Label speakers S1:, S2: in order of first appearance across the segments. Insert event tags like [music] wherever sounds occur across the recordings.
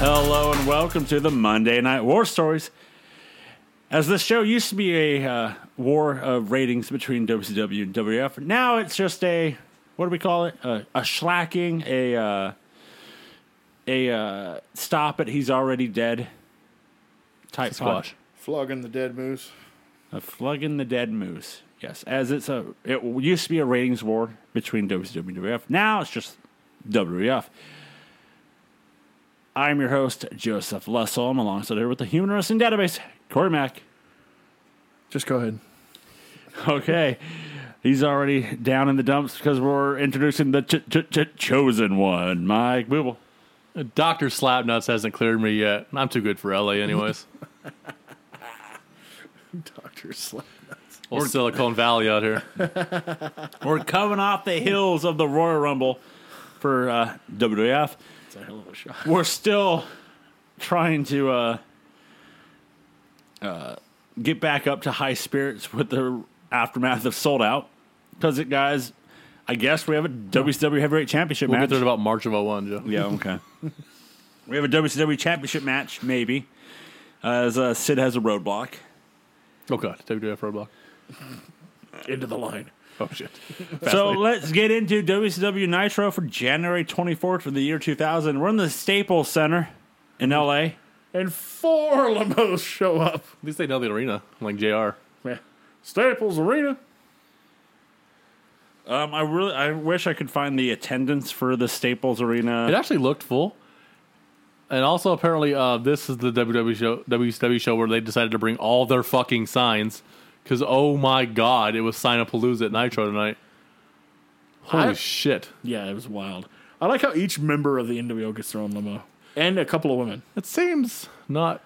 S1: Hello and welcome to the Monday Night War Stories. As this show used to be a uh, war of ratings between WCW and WF, now it's just a what do we call it? Uh, a slacking, a uh, a uh, stop it. He's already dead. Type
S2: Squash.
S1: squash.
S3: Flogging the dead moose.
S1: A flug in the dead moose. Yes, as it's a it used to be a ratings war between WCW and WF. Now it's just WWF. I'm your host Joseph Lessel. I'm alongside here with the Human Wrestling Database, Corey Mack.
S2: Just go ahead.
S1: Okay, he's already down in the dumps because we're introducing the ch- ch- ch- chosen one, Mike Booble.
S2: Doctor Slapnuts hasn't cleared me yet. I'm too good for LA, anyways.
S3: [laughs] Doctor Slap.
S2: [laughs] Old Silicon Valley out here.
S1: We're coming off the hills of the Royal Rumble for uh, WWF.
S3: It's a hell of a shot.
S1: we're still trying to uh, uh, get back up to high spirits with the aftermath of sold out because it guys i guess we have a wcw heavyweight championship
S2: We'll
S1: match
S2: get there in about March of 01, Joe.
S1: yeah okay [laughs] we have a wcw championship match maybe as uh, sid has a roadblock
S2: Oh, God. WWF Roadblock.
S3: Into the line.
S2: Oh, shit.
S1: so let's get into wcw nitro for january 24th of the year 2000 we're in the staples center in la
S3: And four [laughs] Lamos show up.
S2: At least they know the arena, like JR.
S3: Yeah. Staples Arena.
S1: Um, I really, I wish I could find the attendance for the Staples
S2: It
S1: Arena.
S2: actually looked full. And also, apparently, uh, this is the WWE show, WCW show where they decided to bring all their fucking signs. Because, oh my God, it was Sign Up Palooza at Nitro tonight. Holy
S3: I-
S2: shit.
S3: Yeah, it was wild. I like how each member of the NWO gets their own limo. And a couple of women.
S2: It seems not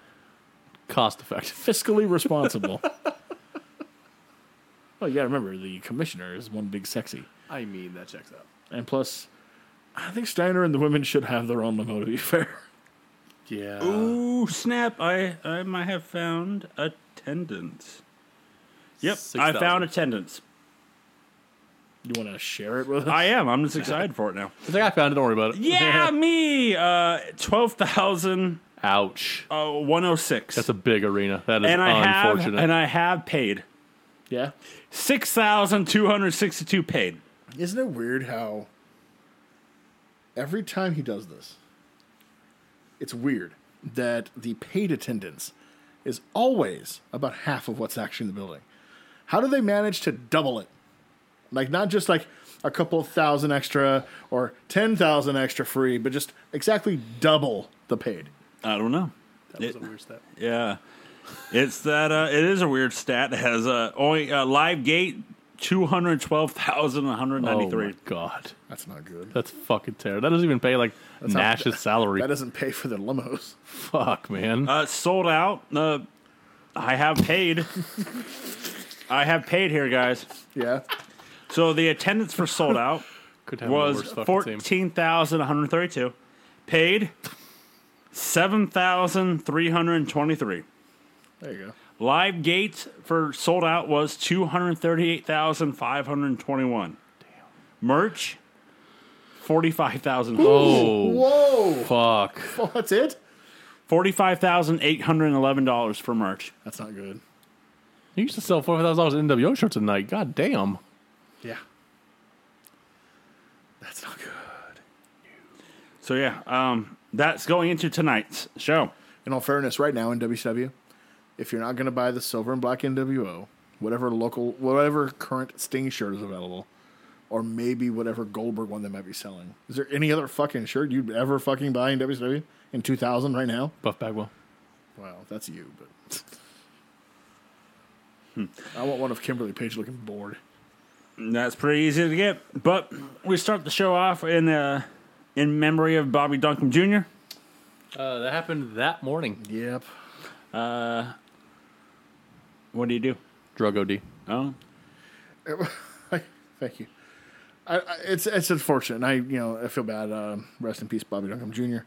S2: cost effective.
S3: Fiscally responsible. well, you gotta remember, the commissioner is one big sexy.
S2: I mean, that checks out.
S3: And plus, I think Steiner and the women should have their own limo, to be [laughs] fair.
S2: Yeah.
S1: Ooh, snap! I, I might have found attendance. Yep, I
S2: 6,000.
S1: found attendance.
S3: You wanna share it with us?
S1: I am. I'm just excited for it
S3: [laughs]
S1: now.
S2: It's like I found it. Don't worry about
S1: [laughs]
S2: it.
S1: Yeah, me. Uh, twelve thousand
S2: Ouch.
S1: uh, one hundred six.
S2: That's a big arena. That is
S1: and I have,
S2: unfortunate. Oh
S1: and I have paid
S3: Yeah.
S1: six thousand two hundred sixty-two paid.
S4: Isn't it weird how every time he does this, it's weird that the paid attendance is always about half of what's actually in the building. How do they manage to double it? Like not just like a couple thousand extra or ten thousand extra free, but just exactly double the paid.
S1: I don't know.
S2: that was a weird step.
S1: Yeah, it's that. Uh, it is a weird stat. It has uh, only uh, live gate two hundred twelve thousand one hundred
S2: Oh
S1: ninety three.
S2: my god,
S4: That's not good.
S2: that's fucking terrible. That doesn't even pay like
S4: not-
S2: Nash's salary.
S4: That doesn't pay for the limos. [laughs]
S2: Fuck, man.
S1: uh, sold out. Uh, I have
S2: [laughs]
S1: paid. I have paid here, guys.
S4: Yeah.
S1: So the attendance for sold out
S2: Could have the
S1: was
S2: worst fucking team.
S1: fourteen thousand one hundred thirty two. Paid seven thousand three hundred twenty three.
S4: There you go.
S1: Live gates for sold out was 238,521. Merch 45,000.
S2: Oh
S3: [laughs]
S4: Whoa.
S2: fuck.
S3: Oh,
S4: Well, that's it?
S1: $45,811 for merch.
S4: That's not good.
S2: You used to sell four thousand dollars in NWO shirts a night. God damn.
S4: Yeah. That's not good.
S1: So yeah, um that's going into tonight's show.
S4: In all fairness, right now in WCW, if you're not going to buy the silver and black NWO, whatever local, whatever current Sting shirt is available, or maybe whatever Goldberg one they might be selling, is there any other fucking shirt you'd ever fucking buy in WCW in 2000 right now?
S2: Buff Bagwell.
S4: Wow, that's you, but. I want one of Kimberly Page looking bored.
S1: That's pretty easy to get, but we start the show off in uh in memory of Bobby Duncan Jr.
S2: Uh, that happened that morning.
S4: Yep.
S1: What do you do?
S2: Drug OD.
S1: Oh,
S4: Thank you. I, I, it's it's unfortunate. And I you know I feel bad. Um, rest in peace, Bobby Duncan Jr.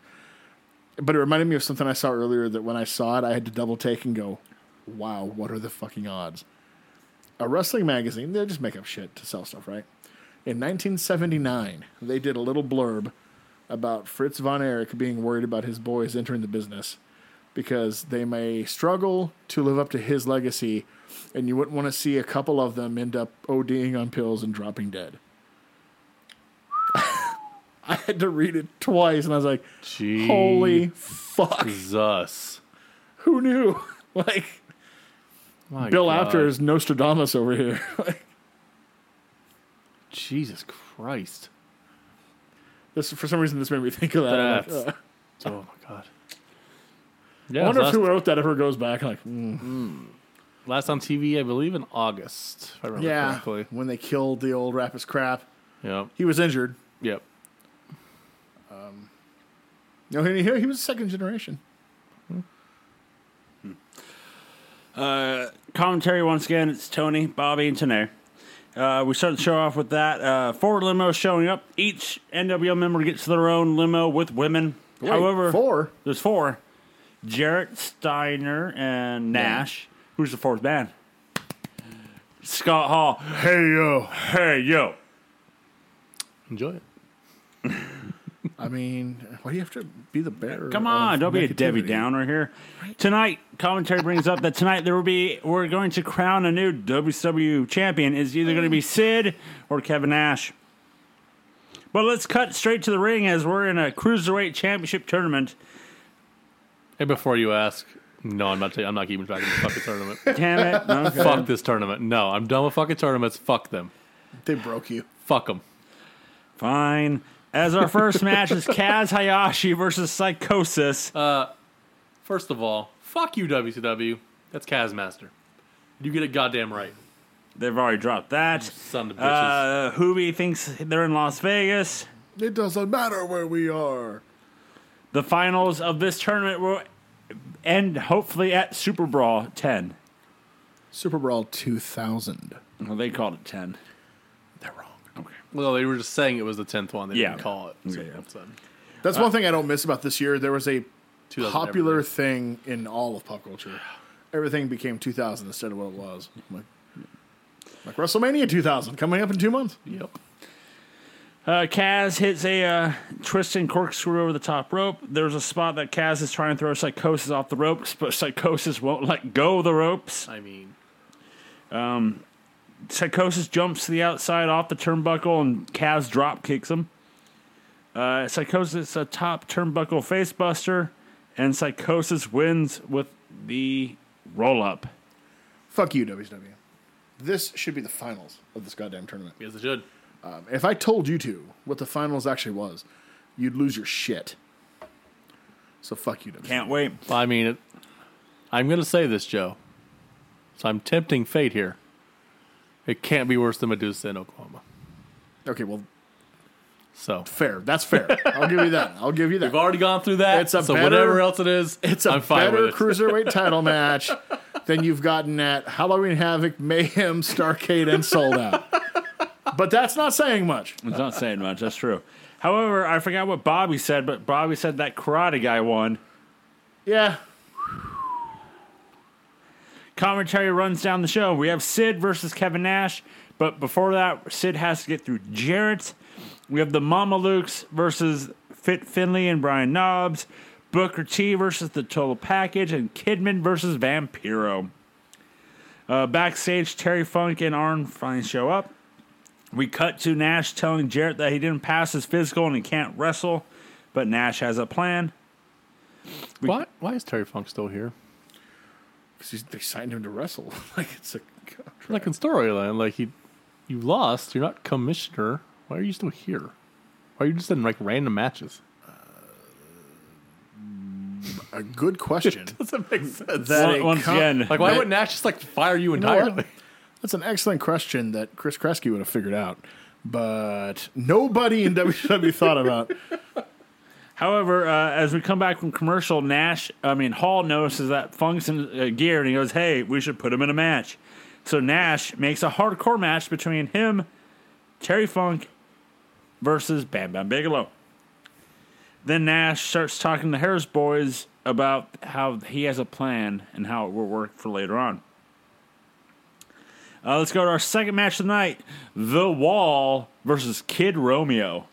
S4: But it reminded me of something I saw earlier that when I saw it, I had to double take and go, "Wow, what are the fucking odds?" A wrestling magazine. They just make up shit to sell stuff, right? In 1979, they did a little blurb
S3: about Fritz von Erich being worried about his boys entering the business because they may struggle to live up to his legacy, and you wouldn't want to see a couple of them end up ODing on pills and dropping dead. [laughs] I had to read it twice, and I was like, "Holy fuck!
S2: Jesus.
S3: Who knew?" [laughs] like
S2: My
S3: Bill
S2: God.
S3: After is Nostradamus over here. [laughs] Like,
S2: Jesus Christ.
S3: this for some reason this made me think of that. I'm like,
S2: That's-
S3: uh,
S2: Oh my God.
S3: I
S2: Yeah,
S3: wonder if
S2: last,
S3: who wrote that ever goes back. Like, mm,
S2: last on TV, I believe in August, if I remember
S3: yeah,
S2: correctly.
S3: when they killed the old rap is crap,
S2: Yep.
S3: he was injured.
S2: Yep.
S3: No, he, he was second generation.
S1: Uh, commentary once again. It's Tony, Bobby, and Tanair. Uh, we started the show off with that uh, forward limo showing up. Each NWO member gets their own limo with women. However,
S3: four.
S1: there's four: Jarrett, Steiner, and Nash. Who's the fourth man? Scott Hall. Hey yo, hey yo.
S2: Enjoy it.
S3: I mean, why do you have to be the bearer?
S1: Come on,
S3: of
S1: don't be a Debbie
S3: negativity?
S1: Downer here. Tonight, commentary brings up that tonight there will be we're going to crown a new WW champion. It's either going to be Sid or Kevin Nash. But let's cut straight to the ring as we're in a cruiserweight championship tournament.
S2: And before you ask, no, I'm not. ta- I'm not keeping track of the fucking tournament.
S1: Damn it!
S3: [laughs]
S1: Okay.
S2: Fuck this tournament. No, I'm done with fucking tournaments. Fuck them.
S3: They broke you.
S2: Fuck them.
S1: Fine. As our first match is Kaz Hayashi versus Psychosis.
S3: Uh,
S2: First of all, fuck you, WCW. That's Kazmaster. You get it goddamn right,
S1: They've already dropped that.
S2: son of bitches.
S1: Uh, Hoovy thinks they're in Las Vegas.
S3: It doesn't matter where we are.
S1: The finals of this tournament will end hopefully at Super Brawl 10.
S3: Super Brawl 2000.
S1: Well, they called it 10.
S3: They're wrong.
S2: well, they were just saying it was the tenth one. They
S1: Yeah.
S2: didn't call it. So
S1: Yeah.
S2: that's, um,
S1: Uh,
S3: That's one thing I don't miss about this year. There was a
S2: 2000
S3: popular
S2: everything.
S3: thing in all of pop culture. Everything became 2000 instead of what it was. Like, like WrestleMania 2000 coming up in two months.
S2: Yep.
S1: Uh, Kaz hits a uh, twist and corkscrew over the top rope. There's a spot that Kaz is trying to throw Psychosis off the ropes, but Psychosis won't let go of the ropes.
S2: I mean,
S1: Psychosis jumps to the outside off the turnbuckle, and Kaz drop kicks him. Uh, Psychosis a top turnbuckle facebuster, and Psychosis wins with the roll up.
S3: Fuck you, WCW. This should be the finals of this goddamn tournament.
S2: yes, it should.
S3: If I told you two what the finals actually was, you'd lose your shit. So fuck you, E. WCW.
S1: Can't wait.
S2: Well, I mean, it, I'm going to say this, Joe. So I'm tempting fate here. It can't be worse than Medusa in Oklahoma.
S3: Okay, well,
S2: So
S3: fair. That's fair. I'll give you that. I'll give you that.
S2: we've already gone through that.
S3: It's a
S2: so
S3: better-
S2: whatever else it is,
S3: It's a
S2: I'm fine
S3: better
S2: with it. [laughs]
S3: cruiserweight title match than you've gotten at Halloween Havoc, Mayhem, Starcade, and Sold Out. But that's not saying much.
S1: It's not saying much. That's true. However, I forgot what Bobby said, but Bobby said that Karate Guy won.
S3: Yeah,
S1: Commentary runs down the show. We have Sid versus Kevin Nash, but before that, Sid has to get through Jarrett. We have the Mama Lukes versus Fit Finley and Brian Knobs, Booker T versus the Total Package, and Kidman versus Vampiro. Uh, backstage, Terry Funk and Arn finally show up. We cut to Nash telling Jarrett that he didn't pass his physical and he can't wrestle, but Nash has a plan.
S2: Why, why is Terry Funk still here?
S3: because they signed him to wrestle. [laughs] like it's a contract.
S2: Like in storyline, like he, you lost. You're not commissioner. Why are you still here? Why are you just in like random [laughs] matches?
S3: a good [laughs] question.
S2: Doesn't make sense.
S1: Once-
S3: That a
S1: once again.
S2: like why
S3: that-
S2: wouldn't Nash just like fire you
S3: know what?
S2: entirely?
S3: That's an excellent question that Chris Kresge would have figured out, but nobody in [laughs] WWE thought about.
S1: However, uh, as we come back from commercial, Nash, I mean, Hall notices that Funk's in uh, gear and he goes, hey, we should put him in a match. So Nash makes a hardcore match between him, Terry Funk, versus Bam Bam Bigelow. Then Nash starts talking to Harris Boys about how he has a plan and how it will work for later on. Uh, let's go to our second match tonight The Wall versus Kid Romeo.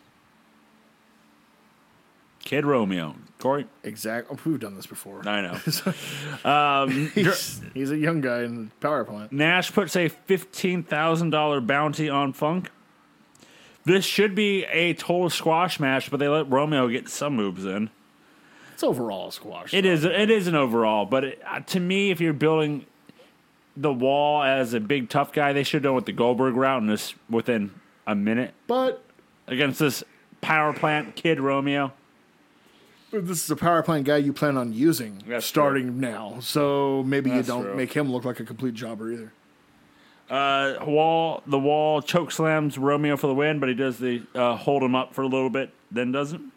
S1: Kid Romeo. Corey?
S3: Exactly. oh, We've done this before.
S1: I know.
S3: [laughs] He's, he's a young guy in power plant.
S1: Nash puts a $15,000 bounty on Funk. This should be a total squash match, but they let Romeo get some moves in.
S3: It's overall squash.
S1: It is it is an overall, but it, uh, to me, if you're building the wall as a big tough guy, they should have done with the Goldberg route and this within a minute
S3: But
S1: against this power plant kid Romeo.
S3: this is a power plant guy you plan on using
S1: That's
S3: starting now. So maybe
S1: That's
S3: you don't
S1: true.
S3: make him look like a complete jobber either.
S1: Uh, wall the wall choke slams Romeo for the win, but he does the uh, hold him up for a little bit, then doesn't.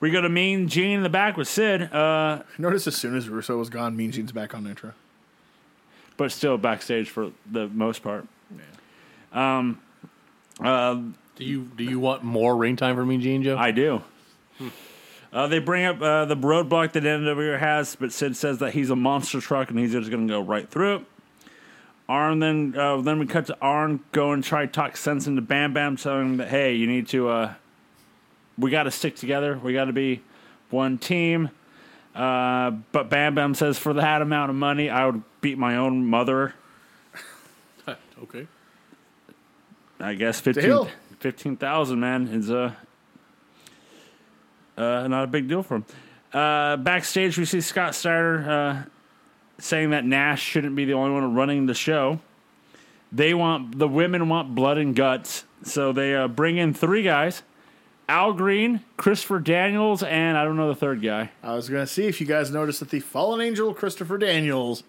S1: We go to Mean Gene in the back with Sid, uh,
S3: Notice as soon as Russo was gone, Mean Gene's back on intro.
S1: but still backstage for the most part.
S2: Do you do you want more ring time for me, Gene Joe?
S1: I do. Uh, they bring up uh, the roadblock that NWO has, but Sid says that he's a monster truck and he's just going to go right through it. Arn then uh, then we cut to Arn go and try to talk sense into Bam Bam, telling him that hey, you need to uh, we got to stick together, we got to be one team. Uh, but Bam Bam says for that amount of money, I would beat my own mother.
S2: okay.
S1: I guess
S3: Deal.
S1: 15 15,000, man, is uh, uh, not a big deal for him. Uh, backstage, we see Scott Steiner uh, saying that Nash shouldn't be the only one running the show. They want the women want blood and guts, so they uh, bring in three guys: Al Green, Christopher Daniels, and I don't know the third guy.
S3: I was going to see if you guys noticed that the fallen angel Christopher Daniels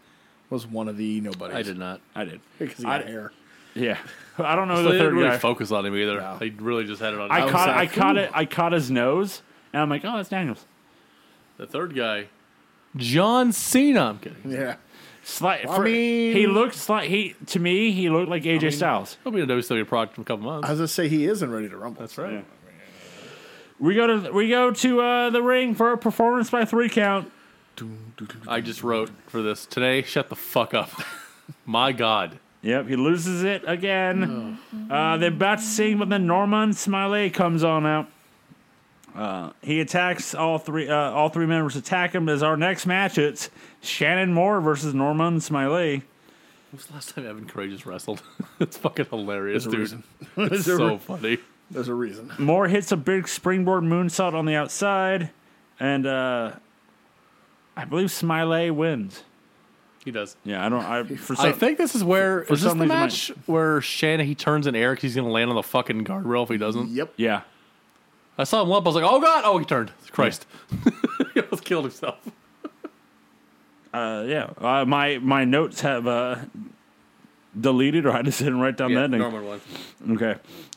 S3: was one of the nobodies.
S2: I
S3: [laughs]
S2: did not.
S1: I did,
S3: Because he had
S1: I-
S3: hair.
S1: yeah. I don't know
S2: They
S1: the
S2: didn't
S1: third
S2: really
S1: guy.
S2: focus on him either. They really just had it on.
S1: I caught, I
S3: like,
S1: caught it. I caught his nose, and I'm like, oh, that's Daniels.
S2: the third guy, John Cena. I'm kidding.
S3: Yeah.
S1: Slight.
S3: I
S1: for-
S3: mean-
S1: he looked like he to me. He looked like AJ Styles.
S2: He'll be in a WWE product in a couple months.
S3: I was going to say he isn't ready to rumble. That's [laughs]
S2: right.
S1: We go to we go to uh, the ring for a performance by three count.
S2: I just wrote for this today. Shut the fuck up. [laughs] My God.
S1: Yep, he loses it again. Uh, they're about to sing, but then Norman Smiley comes on out. Uh, he attacks all three. Uh, all three members attack him. As our next match, it's Shannon Moore versus Norman Smiley.
S2: When's the last time Evan Courageous wrestled? [laughs] it's fucking hilarious,
S3: There's a
S2: dude.
S3: reason. There's, a,
S2: So
S3: re-
S2: funny.
S3: there's a reason. [laughs]
S1: Moore hits a big springboard moonsault on the outside, and uh, I believe Smiley wins.
S2: He does.
S1: Yeah, I don't. I for some,
S2: I think this is where is this
S1: some
S2: the
S1: reason,
S2: match where Shannon he turns in Eric. He's gonna land on the fucking guardrail if he doesn't.
S3: Yep.
S1: Yeah.
S2: I saw him lump. I was like, oh god! Oh, he turned. Christ! [laughs] he almost killed [laughs] himself.
S1: Uh, yeah. Uh, my my notes have uh, deleted, or I just didn't write down the ending.
S2: normal one.
S1: Okay.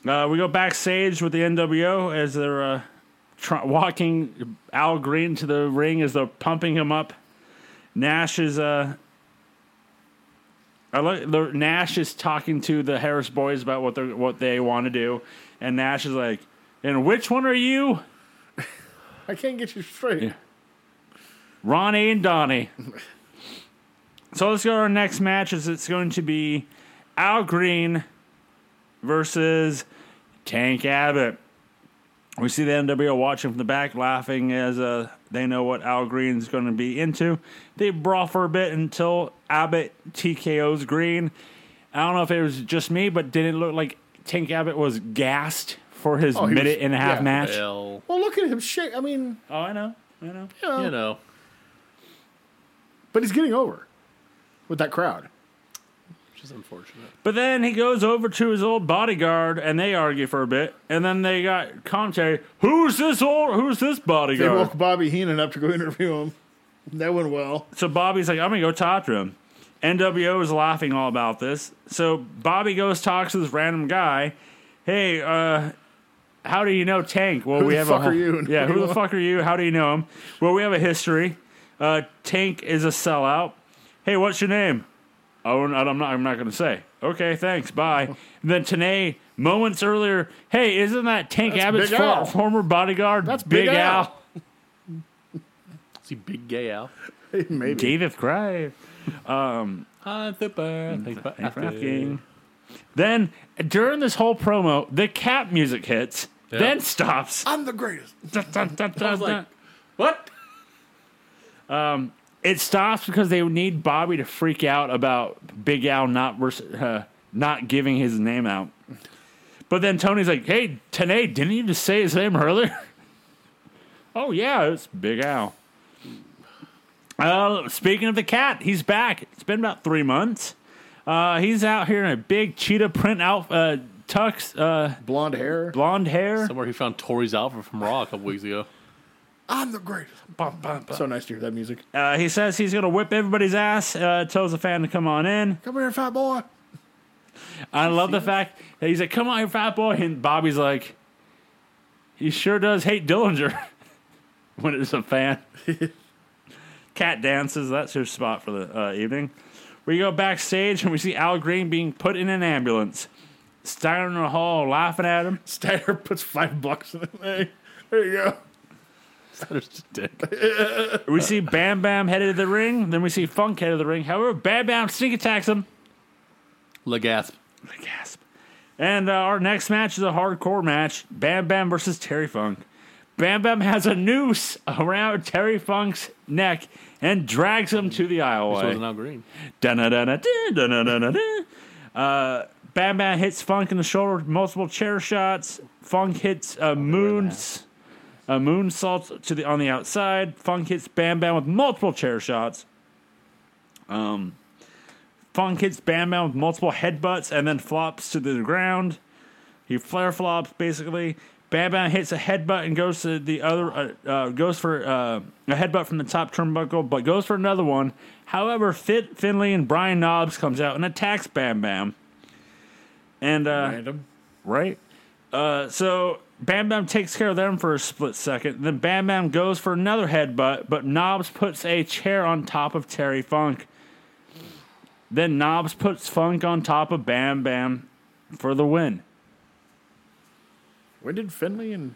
S1: Uh, we go backstage with the NWO as they're uh, tr- walking Al Green to the ring as they're pumping him up. Nash is. Uh, I like the Nash is talking to the Harris boys about what they are what they want to do, and Nash is like, "And which one are you,
S3: I can't get you straight.
S1: Ronnie and Donnie?" so let's go to our next match. Is it's going to be Al Green versus Tank Abbott. We see the NWO watching from the back, laughing as uh, they know what Al Green's going to be into. They brawl for a bit until Abbott TKO's Green. I don't know if it was just me, but did it look like Tank Abbott was gassed for his
S3: Oh, he was-
S1: minute and a half
S3: yeah.
S1: match?
S2: Well,
S3: Well, look at him shake. I mean,
S1: Oh, I know. I know.
S3: you know,
S2: you know,
S3: but he's getting over with that crowd.
S2: which is unfortunate.
S1: But then he goes over to his old bodyguard, and they argue for a bit. And then they got commentary. Who's this old? Who's this
S3: They
S1: bodyguard?
S3: woke Bobby Heenan up to go [laughs] interview him. That went well.
S1: So Bobby's like, I'm gonna go talk to him. NWO is laughing all about this. So Bobby goes talks to this random guy. Hey, uh, how do you know Tank? Well,
S3: Who
S1: we
S3: the
S1: have a
S3: fuck
S1: whole-
S3: are you and
S1: Yeah,
S3: what do
S1: who the
S3: you want?
S1: fuck are you? How do you know him? Well, we have a history. Uh, Tank is a sellout. Hey, what's your name? Oh, and I'm not. I'm not gonna say. Okay, thanks. Bye. And then today, moments earlier, hey, isn't that Tank Abbott's
S3: Big
S1: for-
S3: Al.
S1: former bodyguard? That's
S3: Big Al.
S2: See, big gay Al.
S3: Maybe.
S1: David Cry.
S2: On the birthday
S1: Thanks for
S2: party.
S1: asking. Then during this whole promo, the cap music hits, then stops.
S3: I'm the greatest.
S1: Dun, dun, dun,
S2: I was
S1: dun,
S2: like, what?
S1: it stops because they need Bobby to freak out about Big Al not vers- uh, not giving his name out. But then Tony's like, "Hey, Tanae, didn't you just say his name earlier?" [laughs] oh yeah, it's Big Al. Uh, speaking of the cat, he's back. It's been about three months. Uh, he's out here in a big cheetah print out uh, tux, uh,
S3: Blonde hair.
S1: blonde hair.
S2: Somewhere he found Tori's outfit from Raw a couple weeks ago.
S3: I'm the greatest.
S1: Bum, bum, bum.
S3: So nice to hear that music.
S1: Uh, he says he's gonna whip everybody's ass. Uh, tells the fan to come on in.
S3: Come here, fat boy.
S1: I love the fact that he's like, "Come on, you fat boy," and Bobby's like, "He sure does hate Dillinger." [laughs] when it's a fan, cat dances. That's her spot for the uh, evening. We go backstage and we see Al Green being put in an ambulance. Steiner in the hall laughing at him.
S3: Steiner [laughs] puts five bucks in the thing. There you go.
S2: There's just dick.
S1: We see Bam Bam headed to the ring. Then we see Funk headed to the ring. However, Bam Bam sneak attacks him.
S2: Legasp.
S1: I gasp. And uh, our next match is a hardcore match Bam Bam versus Terry Funk. Bam Bam has a noose around Terry Funk's neck and drags him to the
S2: This wasn't
S1: aisleway.
S2: out green.
S1: Dun-dun-dun-dun-dun, dun-dun-dun-dun-dun. Uh, Bam Bam hits Funk in the shoulder with multiple chair shots. Funk hits a moons. A moon salt to the on the outside. Funk hits Bam Bam with multiple chair shots. Um, Funk hits Bam Bam with multiple headbutts and then flops to the ground. He flare flops basically. Bam Bam hits a headbutt and goes to the other, uh, uh, goes for uh, a headbutt from the top turnbuckle, but goes for another one. However, Fit Finley and Brian Knobs comes out and attacks Bam Bam. And uh,
S3: Random.
S1: right? Uh, so Bam Bam takes care of them for a split second. Then Bam Bam goes for another headbutt, but Knobs puts a chair on top of Terry Funk. Then Knobs puts Funk on top of Bam Bam for the win.
S3: When did Finley and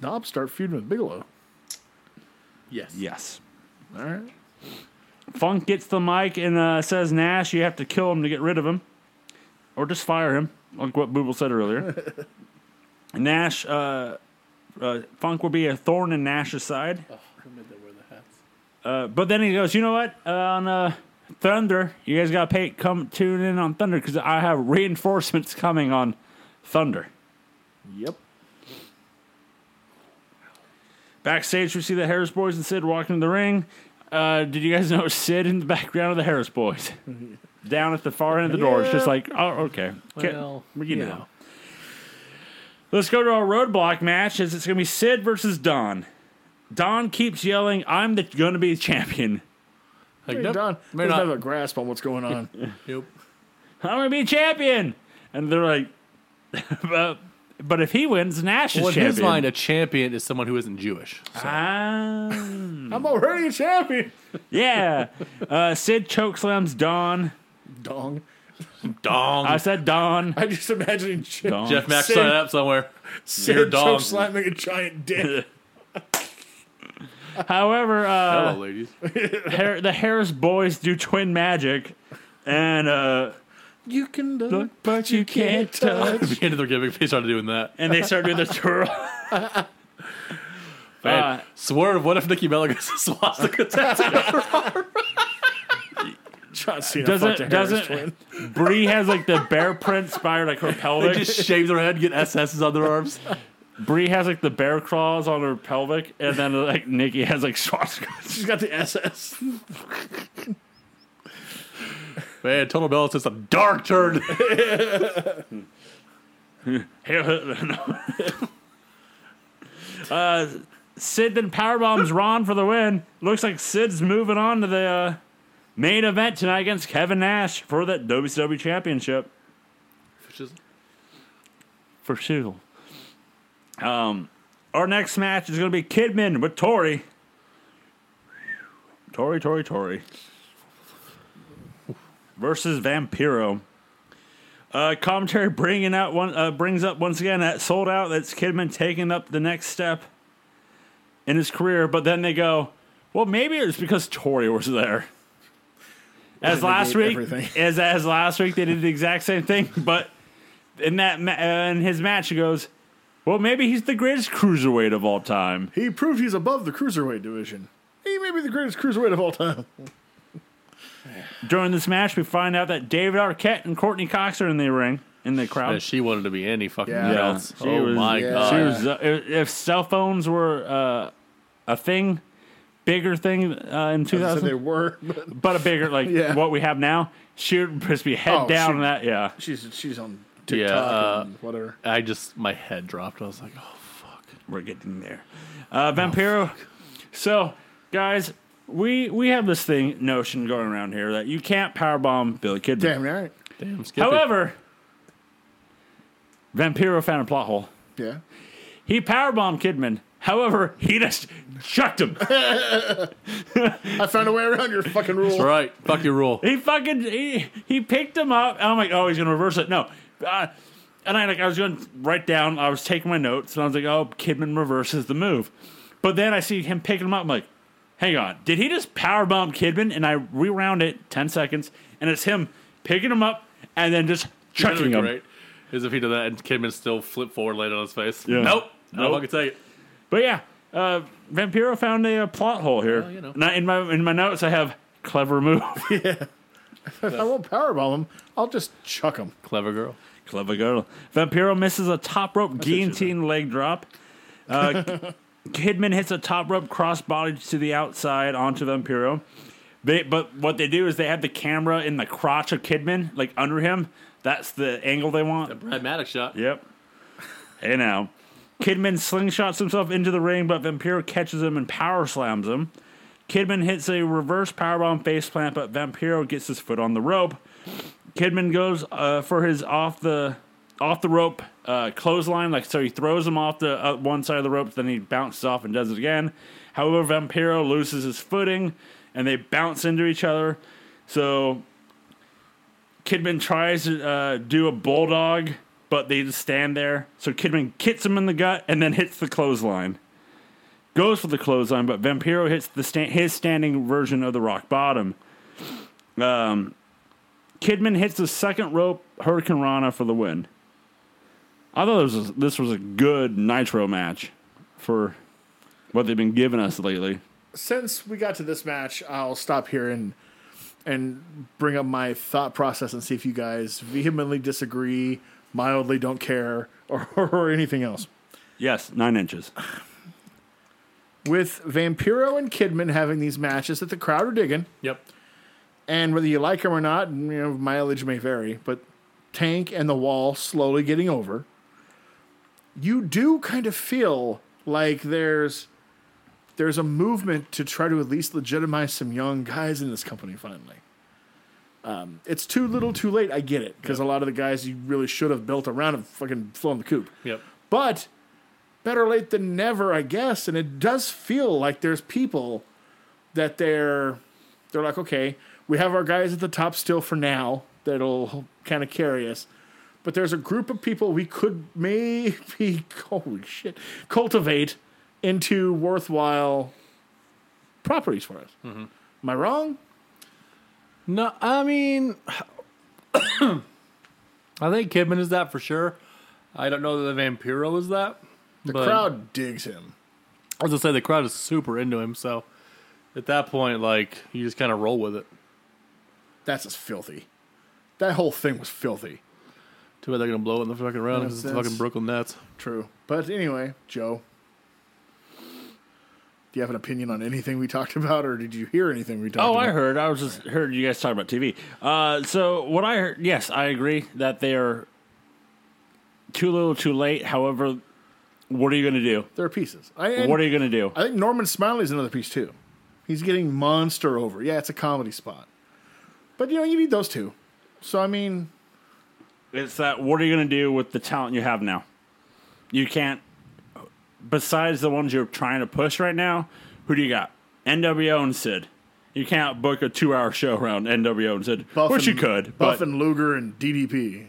S3: Knob start feuding with Bigelow? Yes.
S1: Yes.
S3: All right.
S1: Funk gets the mic and uh, says, Nash, you have to kill him to get rid of him. Or just fire him, like what Booble said earlier. Nash, uh, uh, Funk will be a thorn in Nash's side. Uh, but then he goes, you know what? Uh, on uh, Thunder, you guys got to pay. Come tune in on Thunder because I have reinforcements coming on Thunder.
S3: Yep.
S1: Backstage, we see the Harris Boys and Sid walking to the ring. Uh, did you guys [laughs] know Sid in the background of the Harris Boys? Down at the far end of the door. It's just like, oh, okay. Okay,
S2: Well,
S1: you know. Let's go to our roadblock match. As it's going to be Sid versus Don. Don keeps yelling, "I'm the going to be champion. [laughs]
S2: Like,
S3: Hey,
S2: nope.
S3: Don
S2: May
S3: doesn't
S2: not.
S3: have a grasp on what's
S2: [laughs]
S3: going on.
S2: Nope.
S1: I'm gonna be champion. And they're like, [laughs] but, but if he wins, Nash is
S2: Well, in
S1: champion.
S2: his mind, a champion is someone who isn't Jewish.
S1: Ah,
S3: I'm already a champion.
S1: yeah. [laughs] Uh, Sid chokeslams Don.
S3: Dong.
S2: Dong.
S1: I said Don.
S3: I just imagining Ch-
S1: Don.
S2: Jeff Mack
S3: Sid-
S2: started up somewhere. You're
S3: Sid
S2: dong.
S3: choke slamming a
S2: [laughs]
S3: giant dick.
S1: However, uh, [laughs]
S2: Hello, ladies.
S1: Har- the Harris boys do twin magic, and uh,
S3: you can uh, look,
S1: but you can't touch.
S2: At the end of their gimmick, they started doing that.
S1: And they start doing the [laughs] twirl.
S2: Man,
S1: Uh,
S2: Swerve, what if Nikki Bella gets [laughs] a
S1: [laughs]
S2: swastika tattoo?
S3: John Cena fucked a
S1: Doesn't
S3: Harris
S1: doesn't
S3: twin.
S1: Bree has like the bear print spired like her
S2: they
S1: pelvic?
S2: just shave their head, get SS's on their arms.
S1: Bree has like the bear claws on her pelvic, and then like Nikki has like [laughs] swastika.
S3: She's got the SS.
S2: Man, Total Bella just a
S1: [laughs]
S2: dark turn.
S1: uh, Sid then powerbombs Ron for the win. Looks like Sid's moving on to the uh, main event tonight against Kevin Nash for that WCW championship.
S2: Which is-
S1: For sure. Um, our next match is going to be Kidman with Tori. Tori, Tori, Tori. Versus Vampiro. Uh, commentary bringing out one uh, brings up once again that sold out. That's Kidman taking up the next step in his career. But then they go, well, maybe it was because Tori was there. As last
S3: negate
S1: week,
S3: everything.
S1: as as [laughs] last week, they did the exact same thing. But in that ma- uh, in his match, he goes, Well, maybe he's the greatest cruiserweight of all time.
S3: He proved he's above the cruiserweight division. He may be the greatest cruiserweight of all time.
S1: During this match, we find out that David Arquette and Courtney Cox are in the ring, in the crowd.
S2: And she wanted to be any fucking
S3: Yeah.
S2: else.
S1: She
S2: oh
S1: was-
S2: my
S3: yeah.
S2: god.
S1: She was, uh, if if cell phones were uh, a thing, bigger thing uh, in
S3: As I said,
S1: 2000,
S3: they were. But
S1: but a bigger like
S3: Oh, [laughs] Yeah.
S1: what we have now, she would just be head
S3: Oh,
S1: down.
S3: she-
S1: and that yeah,
S3: she's she's on
S2: Yeah,
S3: TikTok
S2: uh,
S3: and whatever.
S2: I just my head dropped. I was like, oh fuck.
S1: we're getting there. Uh,
S3: Oh,
S1: Vampiro. so guys, we we have this thing notion going around here that you can't powerbomb Billy Kidman.
S3: Damn right.
S2: Damn. Skippy.
S1: However, Vampiro found a plot hole.
S3: Yeah.
S1: He powerbombed Kidman. However, he just chucked him.
S3: I found a way around your fucking rule.
S2: All right. Fuck your rule.
S1: He fucking he, he picked him up. And I'm like, oh, he's gonna reverse it. No, uh, and I like I was going to write down. I was taking my notes, and I was like, oh, Kidman reverses the move. But then I see him picking him up. I'm like, hang on, did he just powerbomb Kidman? And I rewound it ten seconds, and it's him picking him up and then just
S2: That'd be
S1: chucking him.
S2: great. Is if he did that and Kidman still flip forward laid on his face.
S1: Yeah.
S2: Nope. I don't
S1: Nope.
S2: fucking take it.
S1: But yeah, uh, Vampiro found a, uh plot hole here.
S2: Well, you know.
S1: And I- in my in my notes, I have clever move,
S3: I won't powerbomb him. I'll just chuck him.
S2: Clever girl.
S1: clever girl. Vampiro misses a top rope guillotine leg drop. Uh, Kidman hits a top rope crossbody to the outside onto Vampiro. They, but what they do is they have the camera in the crotch of Kidman, like under him. That's the angle they want.
S2: Brad Maddox shot.
S1: Yep. Hey now. Kidman slingshots himself into the ring, but Vampiro catches him and power slams him. Kidman hits a reverse powerbomb faceplant, but Vampiro gets his foot on the rope. Kidman goes uh, for his off the off the rope uh, clothesline, like so he throws him off the uh, one side of the rope, then he bounces off and does it again. However, Vampiro loses his footing, and they bounce into each other. So Kidman tries to uh, do a bulldog, but they just stand there. So Kidman kicks him in the gut and then hits the clothesline. Goes for the clothesline, but Vampiro hits the sta- his standing version of the rock bottom. Um, Kidman hits the second rope Hurricane Rana for the win. I thought this was, this was a good Nitro match for what they've been giving us lately.
S3: Since we got to this match, I'll stop here and and bring up my thought process and see if you guys vehemently disagree, mildly don't care, or, [laughs] or anything else.
S1: Yes, nine inches.
S3: With Vampiro and Kidman having these matches that the crowd are digging,
S2: Yep.
S3: and whether you like him or not, you know, mileage may vary, but Tank and the wall slowly getting over, you do kind of feel like there's there's a movement to try to at least legitimize some young guys in this company finally. Um, it's too little too late, I get it, because a lot of the guys you really should have built around have fucking flown the coop.
S2: Yep.
S3: But better late than never, I guess. And it does feel like there's people that they're they're like, okay, we have our guys at the top still for now that'll kind of carry us. But there's a group of people we could maybe [laughs] holy shit cultivate into worthwhile properties for us. Am I wrong?
S2: No, I mean, [coughs] I think Kidman is that for sure. I don't know that the Vampiro is that.
S3: The
S2: But-
S3: crowd digs him.
S2: I was gonna say the crowd is super into him, so at that point, like you just kind of roll with it.
S3: That's just filthy. That whole thing was filthy.
S2: Too bad they're gonna blow it in the fucking round because it's
S3: That's-
S2: fucking Brooklyn Nets.
S3: True. But anyway, Joe, do you have an opinion on anything we talked [laughs] about, or did you hear anything we talked
S1: Oh,
S3: about?
S1: I heard. I was just heard you guys talking about TV. Uh, so what I heard, yes, I agree that they are too little, too late. However, what are you going to do?
S3: There are pieces. I, and
S1: What are you going to do?
S3: I think Norman Smiley's another piece, too. He's getting monster over. Yeah, it's a comedy spot. But, you know, you need those two. So, I mean,
S1: It's that. What are you going to do with the talent you have now? You can't. Besides the ones you're trying to push right now, who do you got? NWO and Sid. You can't book a two-hour show around NWO and Sid.
S3: Buff
S1: Wish you
S3: and,
S1: could,
S3: Buff
S1: but
S3: and Luger and DDP.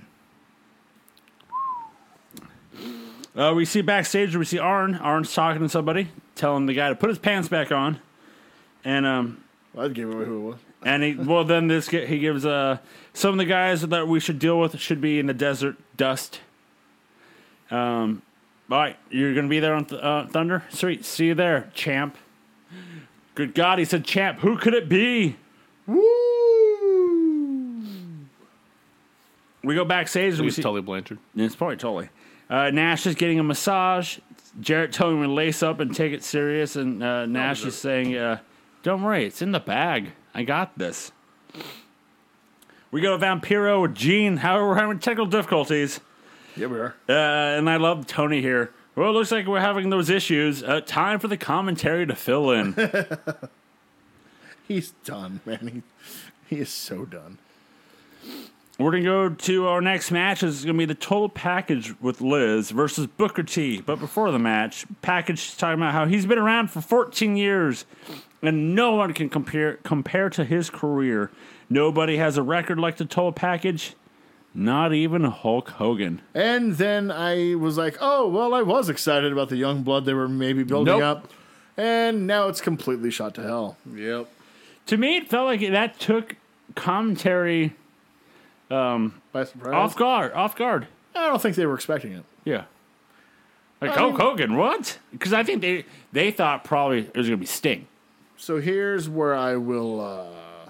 S1: Uh, we see backstage, we see Arn. Arn's talking to somebody, telling the guy to put his pants back on. And um,
S3: Well, I'd give away who it was.
S1: and he well then this g- he gives uh some of the guys that we should deal with should be in the desert dust. Um, All right, you're going to be there on th- uh, Thunder? Sweet. See you there, champ. Good God, he said champ. Who could it be?
S3: Woo!
S1: We go backstage and we
S2: He's
S1: see.
S2: Tully Blanchard.
S1: It's probably Tully. Uh, Nash is getting a massage. Jarrett telling him to lace up and take it serious. And uh, Nash is saying, uh, Don't worry, it's in the bag. I got this. We go to Vampiro with Gene. However, we're having technical difficulties.
S3: Yeah, we are.
S1: Uh, and I love Tony here. Well, it looks like we're having those issues. Uh, time for the commentary to fill in.
S3: He's done, man. He, he is so done.
S1: We're gonna go to our next match. This is gonna be the total package with Liz versus Booker T. But before the match, package is talking about how he's been around for 14 years, and no one can compare compare to his career. Nobody has a record like the total package, not even Hulk Hogan.
S3: And then I was like, oh, well, I was excited about the young blood they were maybe building
S2: Nope.
S3: up. And now it's completely shot to hell.
S2: Yep.
S1: To me, it felt like that took commentary
S3: By surprise.
S1: off guard. Off guard.
S3: I don't think they were expecting it.
S1: Yeah. Like Hulk Hogan, what? Because I think they they thought probably it was gonna be Sting.
S3: So here's where I will uh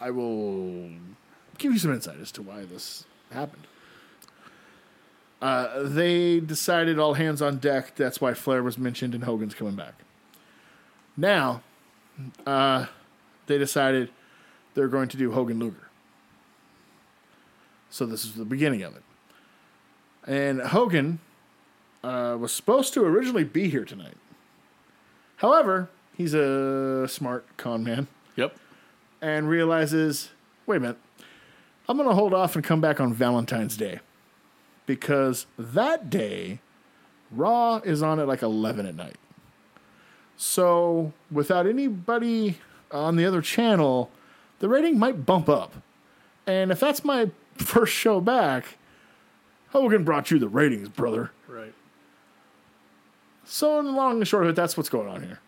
S3: I will give you some insight as to why this happened. Uh, they decided all hands on deck. That's why Flair was mentioned and Hogan's coming back. Now, uh, they decided they're going to do Hogan Luger. So this is the beginning of it. And Hogan uh, was supposed to originally be here tonight. However, he's a smart con man
S2: Yep.
S3: and realizes, wait a minute, I'm going to hold off and come back on Valentine's Day because that day, Raw is on at like 11 at night. So, without anybody on the other channel, the rating might bump up. And if that's my [laughs] first show back, Hogan brought you the ratings, brother.
S2: Right.
S3: So, in the long and short of it, that's what's going on here.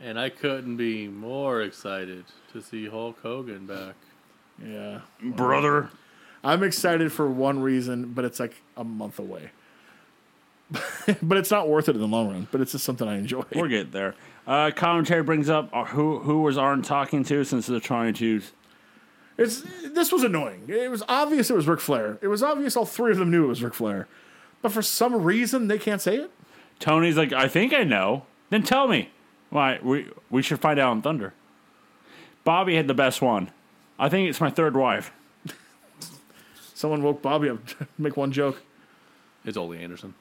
S2: And I couldn't be more excited to see Hulk Hogan back.
S3: Yeah.
S1: Brother,
S3: I'm excited for one reason, but it's like a month away. [laughs] but it's not worth it in the long run. But it's just something I enjoy.
S1: We'll get there. Uh, commentary brings up uh, who who was Arn talking to since they're trying to.
S3: It's this was annoying. It was obvious it was Ric Flair. It was obvious all three of them knew it was Ric Flair, but for some reason they can't say it.
S1: Tony's like, I think I know. Then tell me. Why we we should find out on Thunder. Bobby had the best one. I think it's my third wife.
S3: Someone woke Bobby up to [laughs] make one joke.
S2: It's Ole Anderson.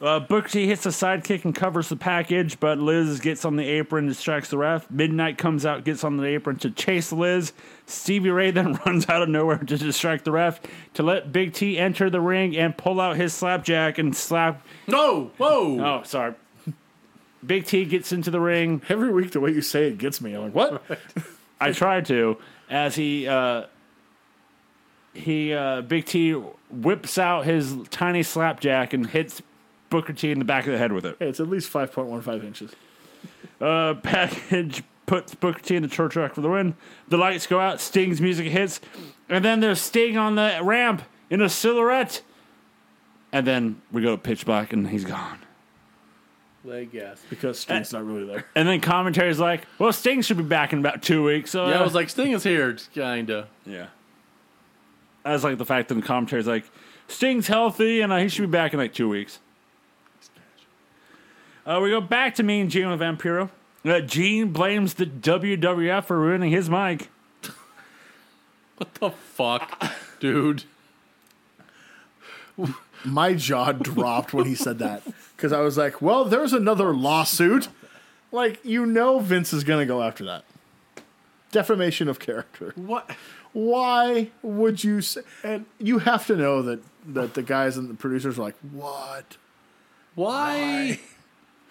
S1: Uh, Booker T hits the sidekick and covers the package, but Liz gets on the apron, distracts the ref. Midnight comes out, gets on the apron to chase Liz. Stevie Ray then [laughs] runs out of nowhere to distract the ref to let Big T enter the ring and pull out his slapjack and slap
S2: No!
S1: [laughs]
S2: Whoa!
S1: Oh, sorry. Big T gets into the ring.
S3: Every week the way you say it gets me. I'm like, [laughs] what?
S1: I tried to as he uh, he uh, Big T whips out his tiny slapjack and hits Booker T in the back of the head with it.
S3: Hey, it's at least five point one five inches.
S1: Uh, package puts Booker T in the church rack for the win. The lights go out. Sting's music hits, and then there's Sting on the ramp in a silhouette. And then we go pitch black, and he's gone.
S2: Leg gasp.
S3: Because Sting's not really there.
S1: And then commentary's like, "Well, Sting should be back in about two weeks." So
S2: Yeah, I
S1: uh,
S2: was like, Sting is here, kinda.
S1: Yeah. I was like the fact that the commentary is like, Sting's healthy and uh, he should be back in like two weeks. Uh, we go back to me and Gene with Vampiro. Uh, Gene blames the WWF for ruining his mic.
S2: What the fuck, [laughs] dude?
S3: My jaw dropped when he said that because I was like, well, there's another lawsuit. Like, you know, Vince is going to go after that. Defamation of character.
S2: What?
S3: Why would you say? And you have to know that, that the guys and the producers are like, what?
S2: Why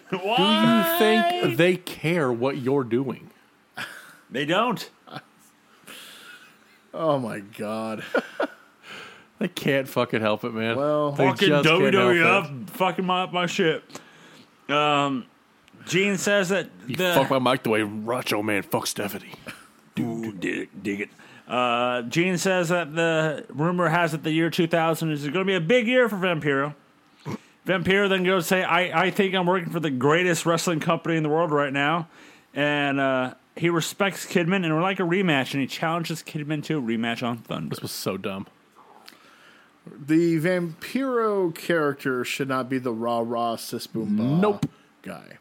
S2: do
S1: Why?
S2: you think they care what you're doing?
S1: They don't.
S3: Oh my God.
S2: They can't fucking help it, man.
S3: Well,
S2: they
S1: fucking
S2: just can't help it.
S1: WWF fucking my, my shit. Um, Gene says that
S2: You
S1: the [laughs]
S2: fuck my mic the way Macho Man fucks Stephanie.
S1: Ooh, dig, dig it. Uh, Gene says that the rumor has it the year 2000 is going to be a big year for Vampiro. Vampiro then goes to say, I, I think I'm working for the greatest wrestling company in the world right now. And uh, he respects Kidman and would like a rematch, and he challenges Kidman to a rematch on Thunder.
S2: This was so dumb.
S3: The Vampiro character should not be the rah rah sis boom bah
S2: Nope.
S3: guy.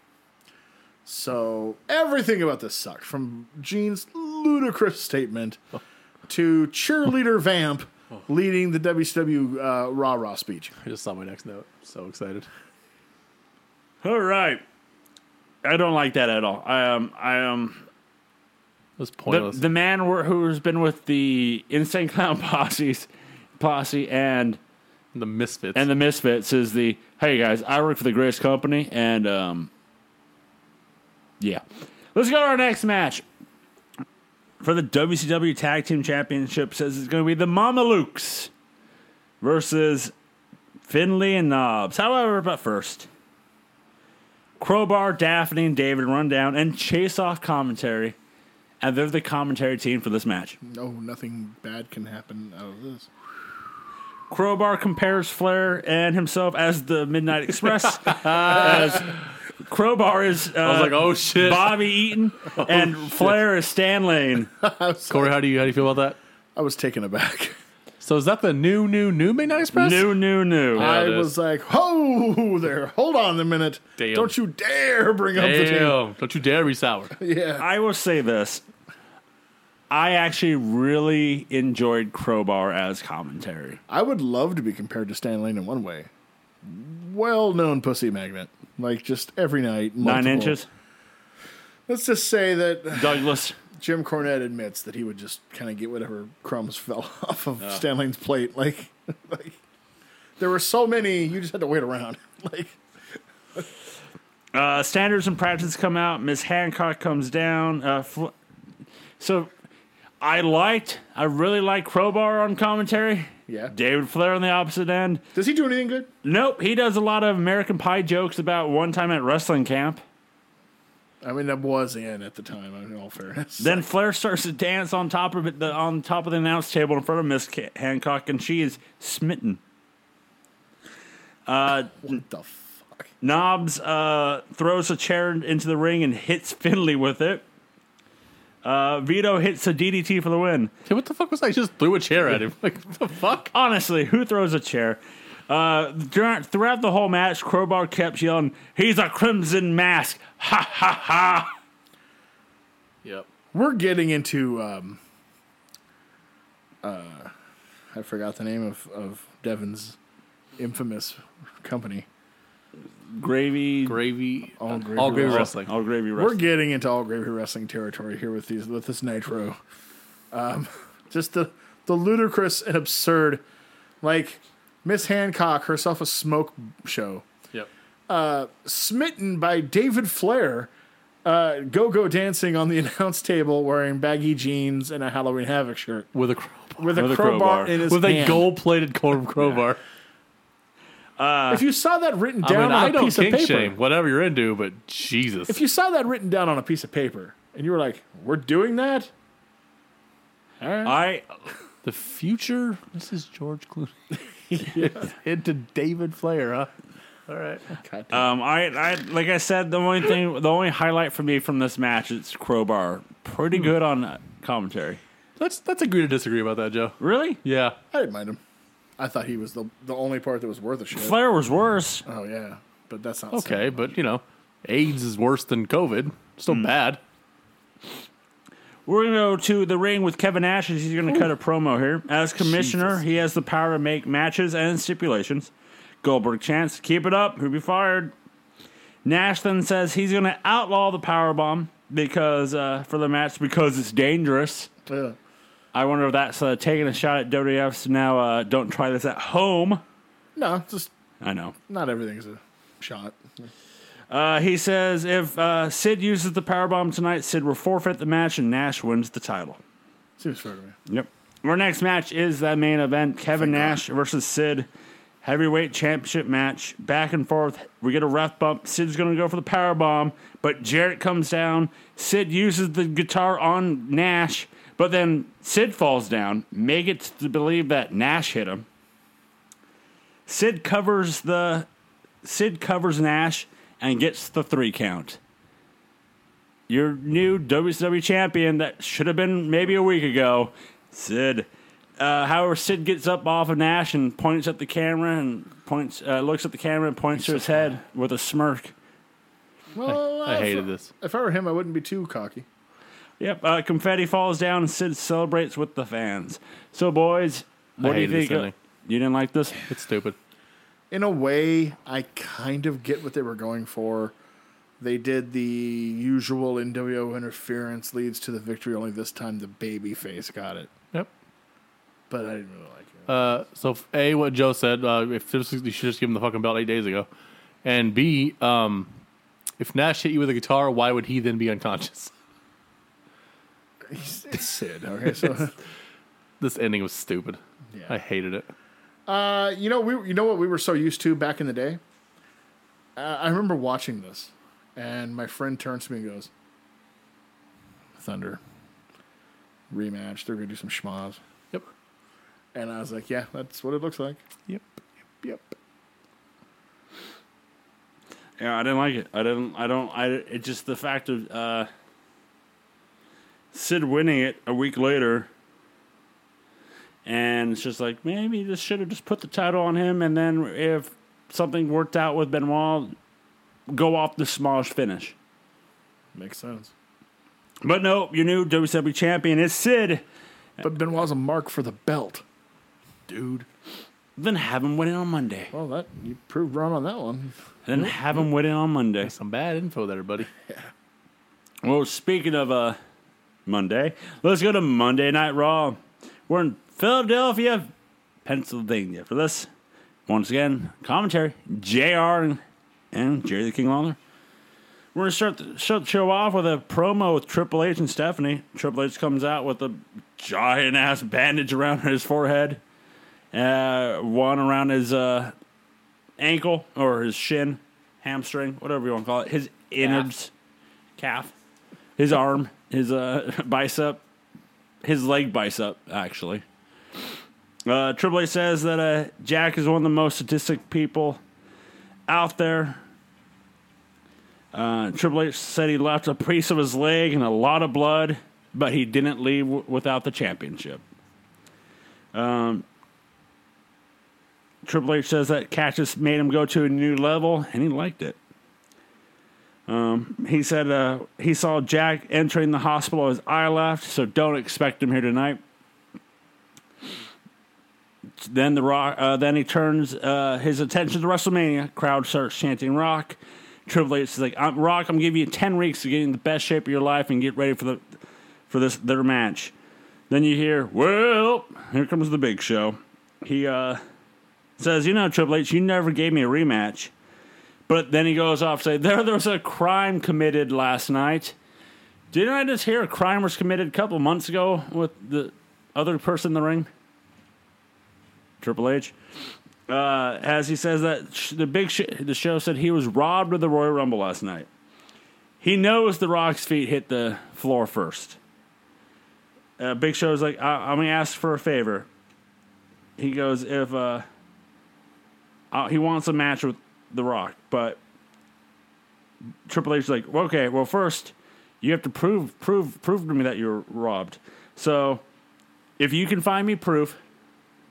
S3: So everything about this sucked, from Gene's ludicrous statement to cheerleader Vamp leading the WCW uh, rah rah speech.
S2: I just saw my next note. So excited.
S1: All right. I don't like that at all. I am. I am.
S2: It was
S1: the,
S2: pointless.
S1: the man who- who's been with the Insane Clown [laughs] Posse's posse and
S2: the misfits.
S1: and the Misfits is the hey guys, I work for the greatest company and um yeah. Let's go to our next match. For the WCW Tag Team Championship says it's going to be the Mamalukes versus Finley and Knobs. However, but first, Crowbar, Daphne, and David run down and chase off commentary, and they're the commentary team for this match.
S3: No, nothing bad can happen out of this.
S1: Crowbar compares Flair and himself as the Midnight
S2: [laughs]
S1: Express. as Crowbar is uh,
S2: I was like, oh shit. Oh,
S1: Bobby
S2: [laughs]
S1: Eaton, and Flair is Stan Lane.
S2: Corey, how do you how do you feel about that?
S3: I was taken aback.
S2: So is that the new new new Midnight Express?
S1: new, new, new.
S2: [laughs] Yeah,
S3: I
S2: it is.
S3: was like, "Ho there! Hold on a minute!
S2: Damn.
S3: Don't you dare bring up the team!"
S2: Damn! Don't you dare be sour.
S3: [laughs] Yeah,
S1: I will say this. I actually really enjoyed Crowbar as commentary.
S3: I would love to be compared to Stan Lane in one way. Well-known pussy magnet, like just every night.
S1: Nine
S3: multiple-
S1: inches.
S3: Let's just say that [laughs]
S1: Douglas.
S3: Jim Cornette admits that he would just kind of get whatever crumbs [laughs] fell off of Stan Lane's plate. Like, [laughs] like there were so many, you just had to wait around. [laughs] Like,
S1: Uh, standards and practice come out. Miss Hancock comes down. Uh, fl- so I liked, I really liked Crowbar on commentary.
S3: yeah.
S1: David Flair on the opposite end.
S3: Does he do anything good?
S1: Nope, he does a lot of American Pie jokes about one time at wrestling camp.
S3: I mean, that was in at the time. In all fairness,
S1: Then Flair starts to dance on top of it, the, on top of the announce table in front of Miss Ca- Hancock, and she is smitten.
S3: what the fuck?
S1: Knobs uh, throws a chair into the ring and hits Finley with it. Uh, Vito hits a DDT for the win.
S2: Hey, what the fuck was that? He just threw a chair at him. [laughs] Like what the fuck?
S1: Honestly, who throws a chair? Uh, during, throughout the whole match, Crowbar kept yelling, "He's a crimson mask!" Ha ha ha!
S2: Yep.
S3: we're getting into um uh I forgot the name of of Devin's infamous company.
S1: Gravy,
S2: Gravy.
S3: All Gravy
S2: all gravy
S3: Wrestling.
S2: wrestling.
S1: all gravy.
S3: [laughs] We're
S1: Wrestling.
S3: getting into all gravy wrestling territory here with these with this nitro. Um [laughs] just the the ludicrous and absurd like Miss Hancock herself a smoke show
S2: Yep.
S3: smitten by David Flair uh, go-go dancing on the [laughs] announce table wearing baggy jeans and a Halloween Havoc shirt
S2: With a crowbar.
S3: with a,
S1: With a
S3: crowbar,
S1: crowbar.
S3: [laughs] in his
S2: With a
S3: hand.
S2: gold plated crowbar.
S3: if you saw that written
S2: I
S3: down
S2: mean,
S3: on a
S2: I don't
S3: piece of
S2: kink
S3: paper,
S2: shame. Whatever you're into, but Jesus.
S3: if you saw that written down on a piece of paper, and you were like, "We're doing that,"
S1: I
S2: The future. This is George Clooney. [laughs] Into David Flair, huh? All right.
S1: Um, I, I, like I said, the only thing, the only highlight for me from this match is Crowbar. Pretty good on uh, commentary.
S2: Let's let's agree to disagree about that, Joe.
S1: Really?
S2: Yeah.
S3: I didn't mind him. I thought he was the the only part that was worth a shit.
S1: Flair was worse.
S3: oh yeah, but that's not
S2: Okay, but you know, AIDS is worse than COVID. Still
S3: Hmm.
S2: bad.
S1: We're gonna go to the ring with Kevin Nash. as He's gonna cut a promo here. As commissioner, he has the power to make matches and stipulations. Goldberg chants, "Keep it up, who be fired." Nash then says he's gonna outlaw the power bomb because uh, for the match because it's dangerous.
S3: Yeah.
S1: I wonder if that's uh, taking a shot at WWF's now. Uh, don't try this at home.
S3: No, just
S1: I know.
S3: not everything's a shot.
S1: Uh, he says if uh, Sid uses the powerbomb tonight, Sid will forfeit the match and Nash wins the title.
S3: Seems fair to me.
S1: Yep. Our next match is that main event Kevin Nash versus Sid. Heavyweight championship match. Back and forth. We get a ref bump. Sid's going to go for the power bomb, but Jarrett comes down. Sid uses the guitar on Nash, But then Sid falls down. May gets to believe that Nash hit him. Sid covers the Sid covers Nash and gets the three count. Your new WCW champion that should have been maybe a week ago, Sid. Uh, however, Sid gets up off of Nash and points at the camera and points uh, looks at the camera and points to his head with a smirk.
S3: Well, uh,
S2: I hated this.
S3: If I were him, I wouldn't be too cocky.
S1: Yep, uh, confetti falls down and Sid celebrates with the fans. So, boys, what do you
S2: hated this
S1: think? of-
S2: ending.
S1: you didn't like this?
S2: It's stupid.
S3: In a way, I kind of get what they were going for. They did the usual NWO interference leads to the victory, only this time the baby face got it.
S2: Yep.
S3: But I didn't really like it.
S2: Uh, so f- a what Joe said, uh, if this was- you should just give him the fucking belt eight days ago, and b um, if Nash hit you with a guitar, why would he then be unconscious? [laughs]
S3: He's- It's Sid. Okay, so
S2: This ending was stupid.
S3: Yeah.
S2: I hated it.
S3: uh, you know we you know what we were so used to back in the day. Uh, I remember watching this, and my friend turns to me and goes, "Thunder rematch. They're gonna do some schmoz."
S2: Yep.
S3: And I was like, "Yeah, that's what it looks like."
S2: Yep.
S3: Yep.
S1: Yeah, I didn't like it. I didn't. I don't. I. It just the fact of uh, Sid winning it a week later, and it's just like maybe this should have just put the title on him, and then if something worked out with Benoit, go off the smallish finish.
S3: [laughs] Makes sense.
S1: But no, your new WWE champion is Sid.
S3: But Benoit's a mark for the belt.
S2: Dude.
S1: Then have him win it on Monday.
S3: Well, that you proved wrong on that one.
S1: Then have him win it on Monday.
S2: Some bad info there, buddy.
S1: Well, speaking of uh, Monday, let's go to Monday Night Raw. We're in Philadelphia, Pennsylvania for this. Once again, commentary JR and, and Jerry the King Lawler. We're going to start the, start the show off with a promo with Triple H and Stephanie. Triple H comes out with a giant ass bandage around his forehead, uh, one around his uh, ankle or his shin, hamstring, whatever you want to call it, his innards calf, his arm, his uh, [laughs] bicep, his leg bicep, actually. Uh, Triple H says that uh, Jack is one of the most sadistic people out there. Uh, Triple H said he left a piece of his leg and a lot of blood, but he didn't leave w- without the championship. Um, Triple H says that Cassius made him go to a new level, and he liked it he said uh, he saw Jack entering the hospital as I left, so don't expect him here tonight. Then the rock. Uh, then he turns uh, his attention to WrestleMania. Crowd starts chanting "Rock." Triple H is like, I'm, "Rock, I'm giving you ten weeks to get in the best shape of your life and get ready for the for this their match." Then you hear, "Well, here comes the big show." He uh, says, "You know, Triple H, you never gave me a rematch." But then he goes off to say, there, there was a crime committed last night. Didn't I just hear a crime was committed a couple months ago with the other person in the ring? Triple H. Uh, as he says that sh- the big sh- the show said he was robbed of the Royal Rumble last night. He knows the Rock's feet hit the floor first. Uh, big Show's like, I- I'm gonna ask for a favor. He goes, if uh, uh, he wants a match with The Rock, but Triple H is like, well, okay, well, first you have to prove prove prove to me that you're robbed. So if you can find me proof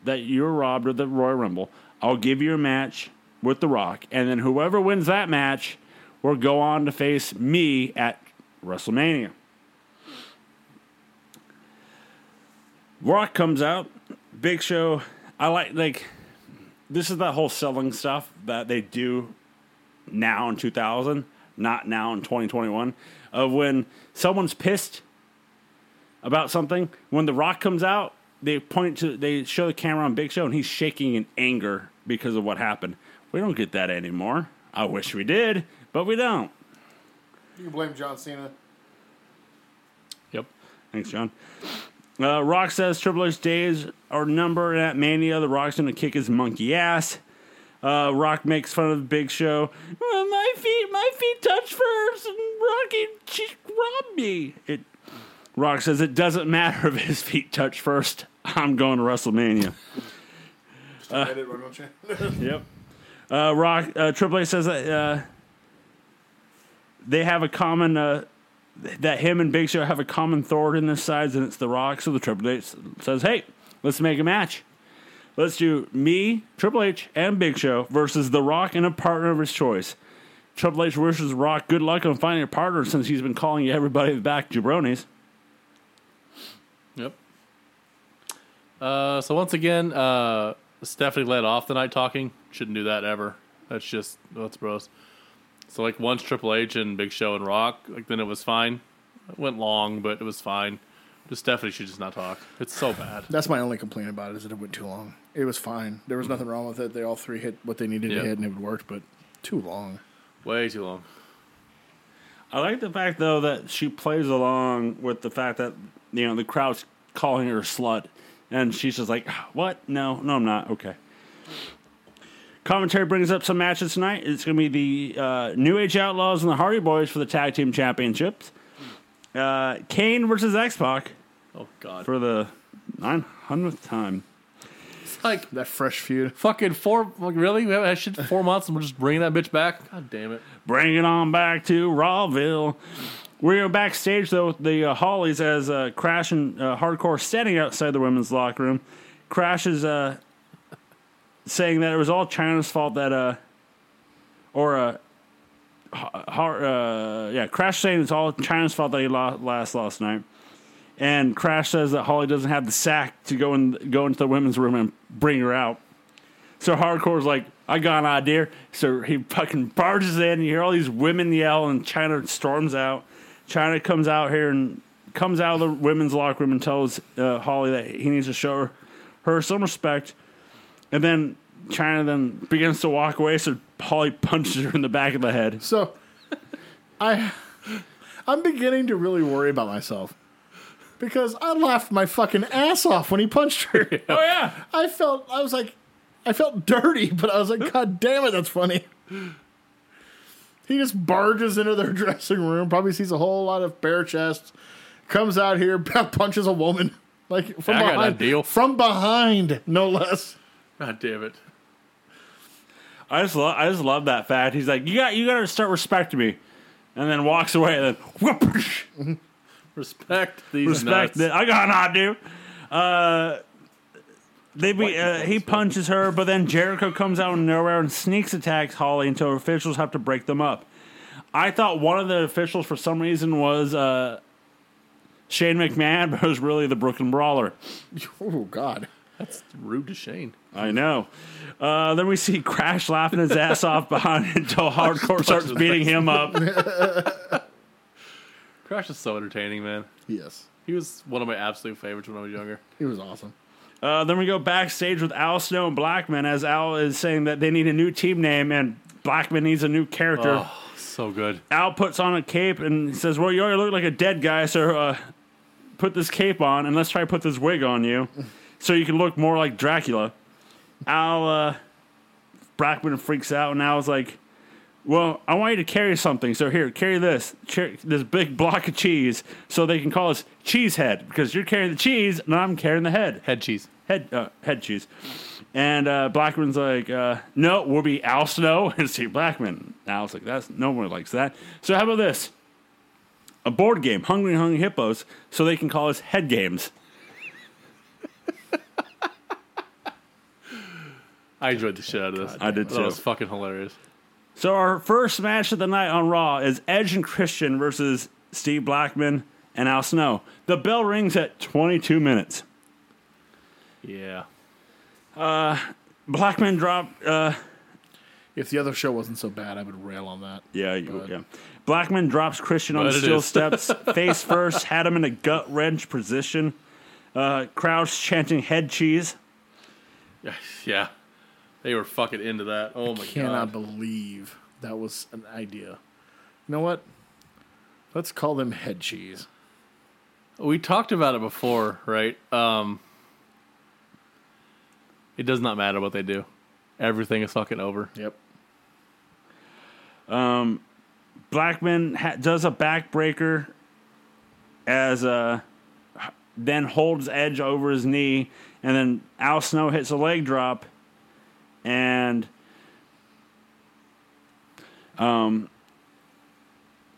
S1: that you're robbed of the Royal Rumble, I'll give you a match with The Rock, and then whoever wins that match will go on to face me at WrestleMania. Rock comes out, Big Show. I like like this is that whole selling stuff that they do now in 2000, not now in 2021, of when someone's pissed about something. When The Rock comes out, they point to, they show the camera on Big Show, and he's shaking in anger because of what happened. We don't get that anymore. I wish we did, but we don't.
S3: You can blame John Cena.
S2: Yep.
S1: Thanks, John. Uh, Rock says Triple H days are numbered at Mania. The Rock's gonna kick his monkey ass. Uh, Rock makes fun of Big Show. "Well, my feet, my feet touch first, and Rocky she robbed me. It Rock says it doesn't matter if his feet touch first. I'm going to WrestleMania.
S5: Edit, why don't you?
S1: [laughs] Yep. Uh, Rock uh, Triple H says that uh, they have a common uh, that him and Big Show have a common thorn in their sides, and it's The Rock. So the Triple H says, "Hey, let's make a match. Let's do me, Triple H, and Big Show versus The Rock and a partner of his choice." Triple H wishes Rock good luck on finding a partner since he's been calling everybody back jabronis.
S2: Yep. Uh, so once again, uh, Stephanie led off the night talking. Shouldn't do that ever. That's just that's gross. So like once Triple H and Big Show and Rock, like then it was fine. It went long, but it was fine. Just Stephanie should just not talk. It's so bad.
S3: That's my only complaint about it is that it went too long. It was fine. There was nothing wrong with it. They all three hit what they needed
S2: Yeah.
S3: to hit, and it worked. But too long.
S2: Way too long.
S1: I like the fact though that she plays along with the fact that you know the crowd's calling her a slut, and she's just like, "Ah, "What? No, no, I'm not. Okay." Commentary brings up some matches tonight. It's going to be the uh, New Age Outlaws and the Hardy Boys for the tag team championships. Uh, Kane versus X Pac
S2: Oh God.
S1: for the nine hundredth time.
S2: It's like
S3: That fresh feud.
S2: fucking four. Like really? We haven't had shit for four months, and we're just bringing that bitch back. God damn it.
S1: Bring it on back to Rawville. We are backstage though with the uh, Hollies as uh, Crash and uh, Hardcore standing outside the women's locker room. Crash is uh, saying that it was all China's fault that uh, or uh, Ha- Har- uh, yeah, Crash saying it's all China's fault that he lost last last night. And Crash says that Holly doesn't have the sack to go and go into the women's room and bring her out. So hardcore's like, I got an idea. So he fucking barges in. You hear all these women yell, and China storms out. China comes out here and comes out of the women's locker room and tells uh, Holly that he needs to show her, her some respect. And then China then begins to walk away. So Holly punches her in the back of the head.
S2: [laughs]
S3: So, I, I'm beginning to really worry about myself because I laughed my fucking ass off when he punched her.
S1: [laughs] Oh yeah,
S3: I felt I was like I felt dirty, [laughs] but I was like, God damn it, that's funny. He just barges into their [laughs] dressing room, probably sees a whole lot of bare chests, comes out here, [laughs] punches a woman. Like [laughs] from
S2: I got an
S3: behind.
S2: ideal.
S3: From behind, no less.
S2: God damn it.
S1: I just love I just love that fact. He's like, you got you got to start respecting me, and then walks away. And then [laughs] whoop.
S2: Respect these
S1: respect
S2: nuts.
S1: that I got an idea. Uh, they be,
S2: White
S1: uh, he punches her, but then Jericho comes out of nowhere and sneaks attacks Holly until officials have to break them up. I thought one of the officials for some reason was uh, Shane McMahon, [laughs] but it was really the Brooklyn Brawler.
S3: Oh God.
S2: That's rude to Shane.
S1: I know. Uh, then we see Crash laughing his ass off behind [laughs] until Hardcore starts beating him up.
S2: Crash is so entertaining, man.
S3: Yes.
S2: He was one of my absolute favorites when I was younger.
S3: It was awesome.
S1: Uh, then we go backstage with Al Snow and Blackman as Al is saying that they need a new team name and Blackman needs a new character.
S2: [laughs] Oh, so good.
S1: Al puts on a cape and says, "Well, you already look like a dead guy, so uh, put this cape on and let's try to put this wig on you, so you can look more like Dracula." Al uh, Brackman freaks out and Al's like, "Well, I want you to carry something, so here, carry this cher- this big block of cheese, so they can call us Cheesehead because you're carrying the cheese and I'm carrying the head."
S2: Head cheese.
S1: head uh, head cheese. And uh, Blackman's like, uh, no, we'll be Al Snow [laughs] and Steve Blackman. And Al's like, that's no one likes that. So how about this? A board game, Hungry Hungry Hippos, so they can call us head games.
S2: I enjoyed the shit out of this.
S1: I did
S2: That
S1: too.
S2: was fucking hilarious.
S1: So our first match of the night on Raw is Edge and Christian versus Steve Blackman and Al Snow. The bell rings at 22 minutes.
S2: Yeah.
S1: Uh, Blackman dropped uh,
S3: If the other show wasn't so bad, I would rail on that.
S1: Yeah, you, yeah. Blackman drops Christian on the
S2: But it
S1: steel
S2: is. [laughs]
S1: steps, face first, had him in a gut wrench position. Uh, crowds chanting head cheese.
S2: Yeah. They were fucking into that. Oh my god.
S3: Cannot believe that was an idea. You know what? Let's call them head cheese.
S2: We talked about it before, right? Um It does not matter what they do. Everything is fucking over.
S3: Yep.
S1: Blackman ha- does a backbreaker as uh, then holds Edge over his knee, and then Al Snow hits a leg drop, and um,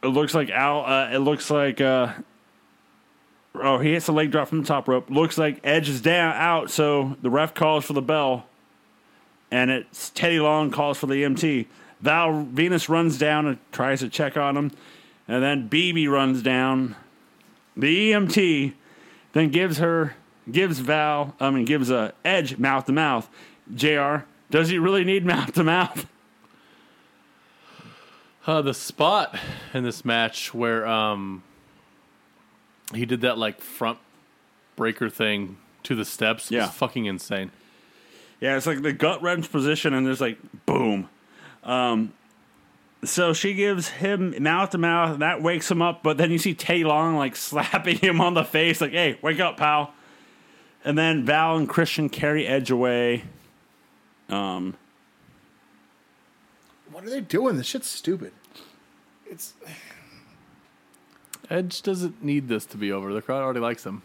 S1: it looks like Al. Uh, it looks like uh, oh, he hits a leg drop from the top rope. Looks like Edge is down out, so the ref calls for the bell, and it's Teddy Long calls for the MT. Val Venus runs down and tries to check on him, and then BB runs down. The EMT then gives her gives Val I mean gives uh, Edge mouth to mouth. Jr. Does he really need mouth to mouth?
S2: Uh, the spot in this match where um he did that like front breaker thing to the steps
S1: Yeah.
S2: was fucking insane.
S1: Yeah, it's like the gut wrench position, and there's like boom. Um, so she gives him mouth to mouth, and that wakes him up. But then you see Tay Long like [laughs] slapping him on the face, like "Hey, wake up, pal!" And then Val and Christian carry Edge away.
S3: What are they doing? This shit's stupid.
S5: It's
S2: Edge doesn't need this to be over. The crowd already likes him.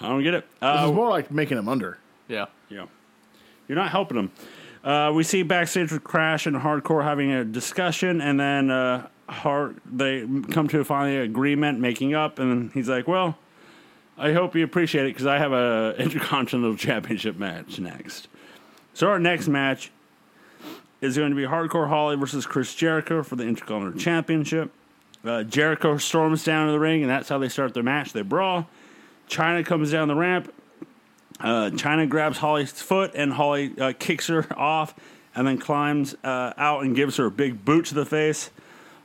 S1: I don't get it.
S3: This
S1: Uh,
S3: is more like making him under.
S2: Yeah.
S1: Yeah. You're not helping them. Uh, we see backstage with Crash and Hardcore having a discussion, and then uh, Hard they come to finally an agreement, making up, and he's like, "Well, I hope you appreciate it because I have a [laughs] Intercontinental Championship match next." So our next match is going to be Hardcore Holly versus Chris Jericho for the Intercontinental Championship. Uh, Jericho storms down to the ring, and that's how they start their match. They brawl. China comes down the ramp, uh, China grabs Holly's foot and Holly uh, kicks her [laughs] off and then climbs uh, out and gives her a big boot to the face.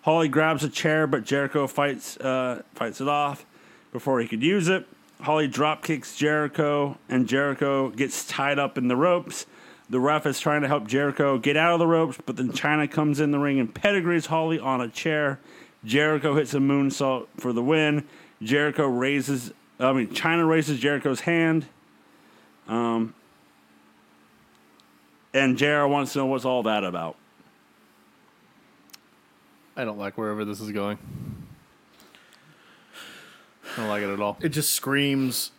S1: Holly grabs a chair, but Jericho fights uh, fights it off before he could use it. Holly drop kicks Jericho, and Jericho gets tied up in the ropes. The ref is trying to help Jericho get out of the ropes, but then China comes in the ring and pedigrees Holly on a chair. Jericho hits a moonsault for the win. Jericho raises, I mean, China raises Jericho's hand. And JR wants to know what's all that about.
S2: I don't like wherever this is going. I don't like it at all.
S3: It just screams,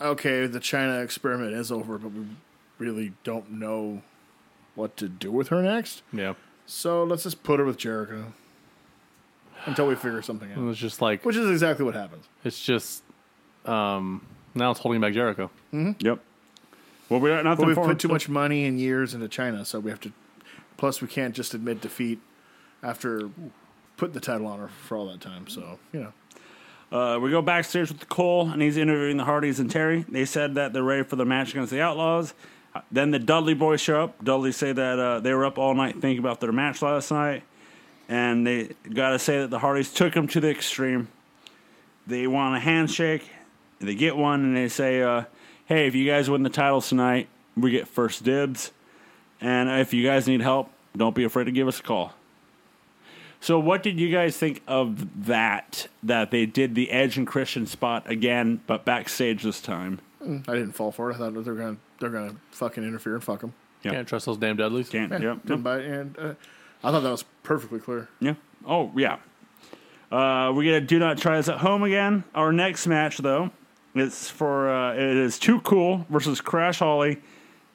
S3: okay, the China experiment is over, but we really don't know what to do with her next.
S2: Yeah.
S3: So let's just put her with Jericho until we figure something
S2: It
S3: out,
S2: was just like
S3: which is exactly what happens.
S2: it's just um now it's holding back Jericho.
S1: Yep. Well, we got nothing
S3: But we've
S1: for
S3: put too much money and years into China, so we have to. Plus, we can't just admit defeat after putting the title on her for all that time. So you know,
S1: Uh, we go backstage with Cole, and he's interviewing the Hardys and Terry. They said that they're ready for the match against the Outlaws. Uh, Then the Dudley boys show up. Dudley say that uh, they were up all night thinking about their match last night, and they got to say that the Hardys took them to the extreme. They want a handshake. They get one, and they say, uh, "Hey, if you guys win the titles tonight, we get first dibs. And if you guys need help, don't be afraid to give us a call." So, what did you guys think of that? That they did the Edge and Christian spot again, but backstage this time.
S3: I didn't fall for it. I thought they're gonna they're gonna fucking interfere and fuck them.
S1: Yeah.
S2: Can't trust those damn Dudleys.
S1: Can't. Yeah.
S3: Didn't buy it, and uh, I thought that was perfectly clear.
S1: Yeah. Oh, yeah. Uh, we get a do not try this at home again. Our next match, though, it's for uh, it is Too Cool versus Crash Holly,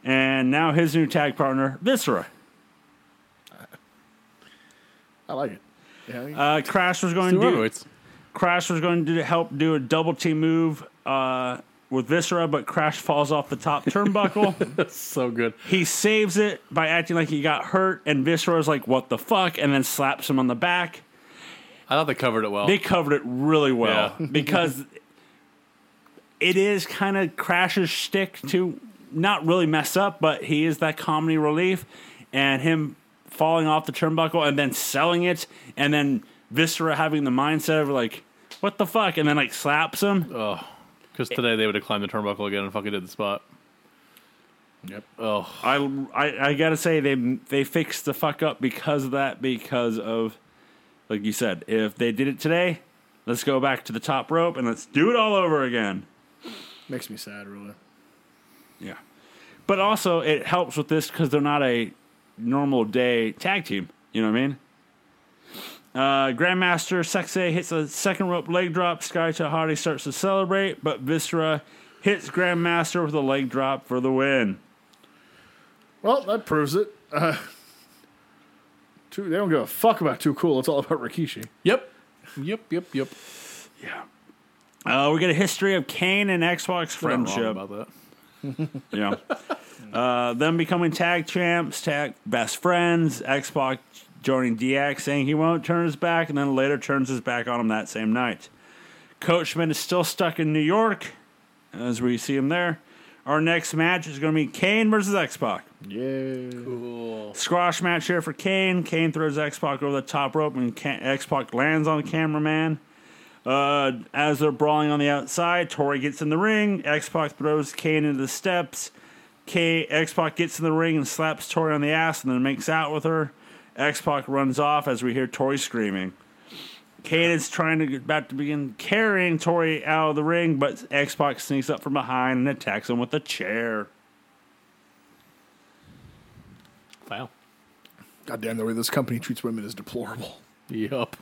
S1: and now his new tag partner Viscera.
S3: I like it. Yeah, I think-
S1: Uh, Crash was going
S2: Two
S1: to do
S2: heavyweights.
S1: Crash was going to do- help do a double team move uh, with Viscera, but Crash falls off the top turnbuckle.
S2: That's so good.
S1: he saves it by acting like he got hurt, and Viscera's like, "What the fuck?" and then slaps him on the back.
S2: I thought they covered it well.
S1: They covered it really well
S2: Yeah.
S1: because it is kind of Crash's shtick to not really mess up, but he is that comedy relief, and him falling off the turnbuckle and then selling it, and then Viscera having the mindset of like, "What the fuck?" and then like slaps him.
S2: Because today they would have climbed the turnbuckle again and fucking did the spot.
S1: I, I I gotta say they they fixed the fuck up because of that because of like you said if they did it today let's go back to the top rope and let's do it all over again
S3: makes me sad, really.
S1: yeah but also it helps with this because they're not a normal day tag team you know what I mean Uh, Grandmaster Sexay hits a second rope leg drop. Sky Tahadi starts to celebrate, but Viscera hits Grandmaster with a leg drop for the win.
S3: Well, that proves it. Uh, [laughs] too, they don't give a fuck about too cool. It's all about Rikishi.
S2: Yep. Yep, yep, yep.
S1: Uh, we get a history of Kane and Xbox
S2: They're not
S1: friendship.
S2: wrong
S1: [laughs]
S2: about
S1: Yeah. uh, them becoming tag champs, tag best friends, Xbox joining DX, saying he won't turn his back, and then later turns his back on him that same night. Coachman is still stuck in New York, as we see him there. Our next match is going to be Kane versus Xbox.
S3: Yeah.
S1: Squash match here for Kane. Kane throws X-Pac over the top rope, and Ka- X-Pac lands on the cameraman. Uh, as they're brawling on the outside, Tori gets in the ring. X-Pac throws Kane into the steps. K- X-Pac gets in the ring and slaps Tori on the ass and then makes out with her. X-Pac runs off as we hear Tori screaming. Kane is trying to get about to begin carrying Tori out of the ring, but X-Pac sneaks up from behind and attacks him with a chair.
S2: that. Wow.
S3: Goddamn, the way this company treats women is deplorable.
S2: Yep.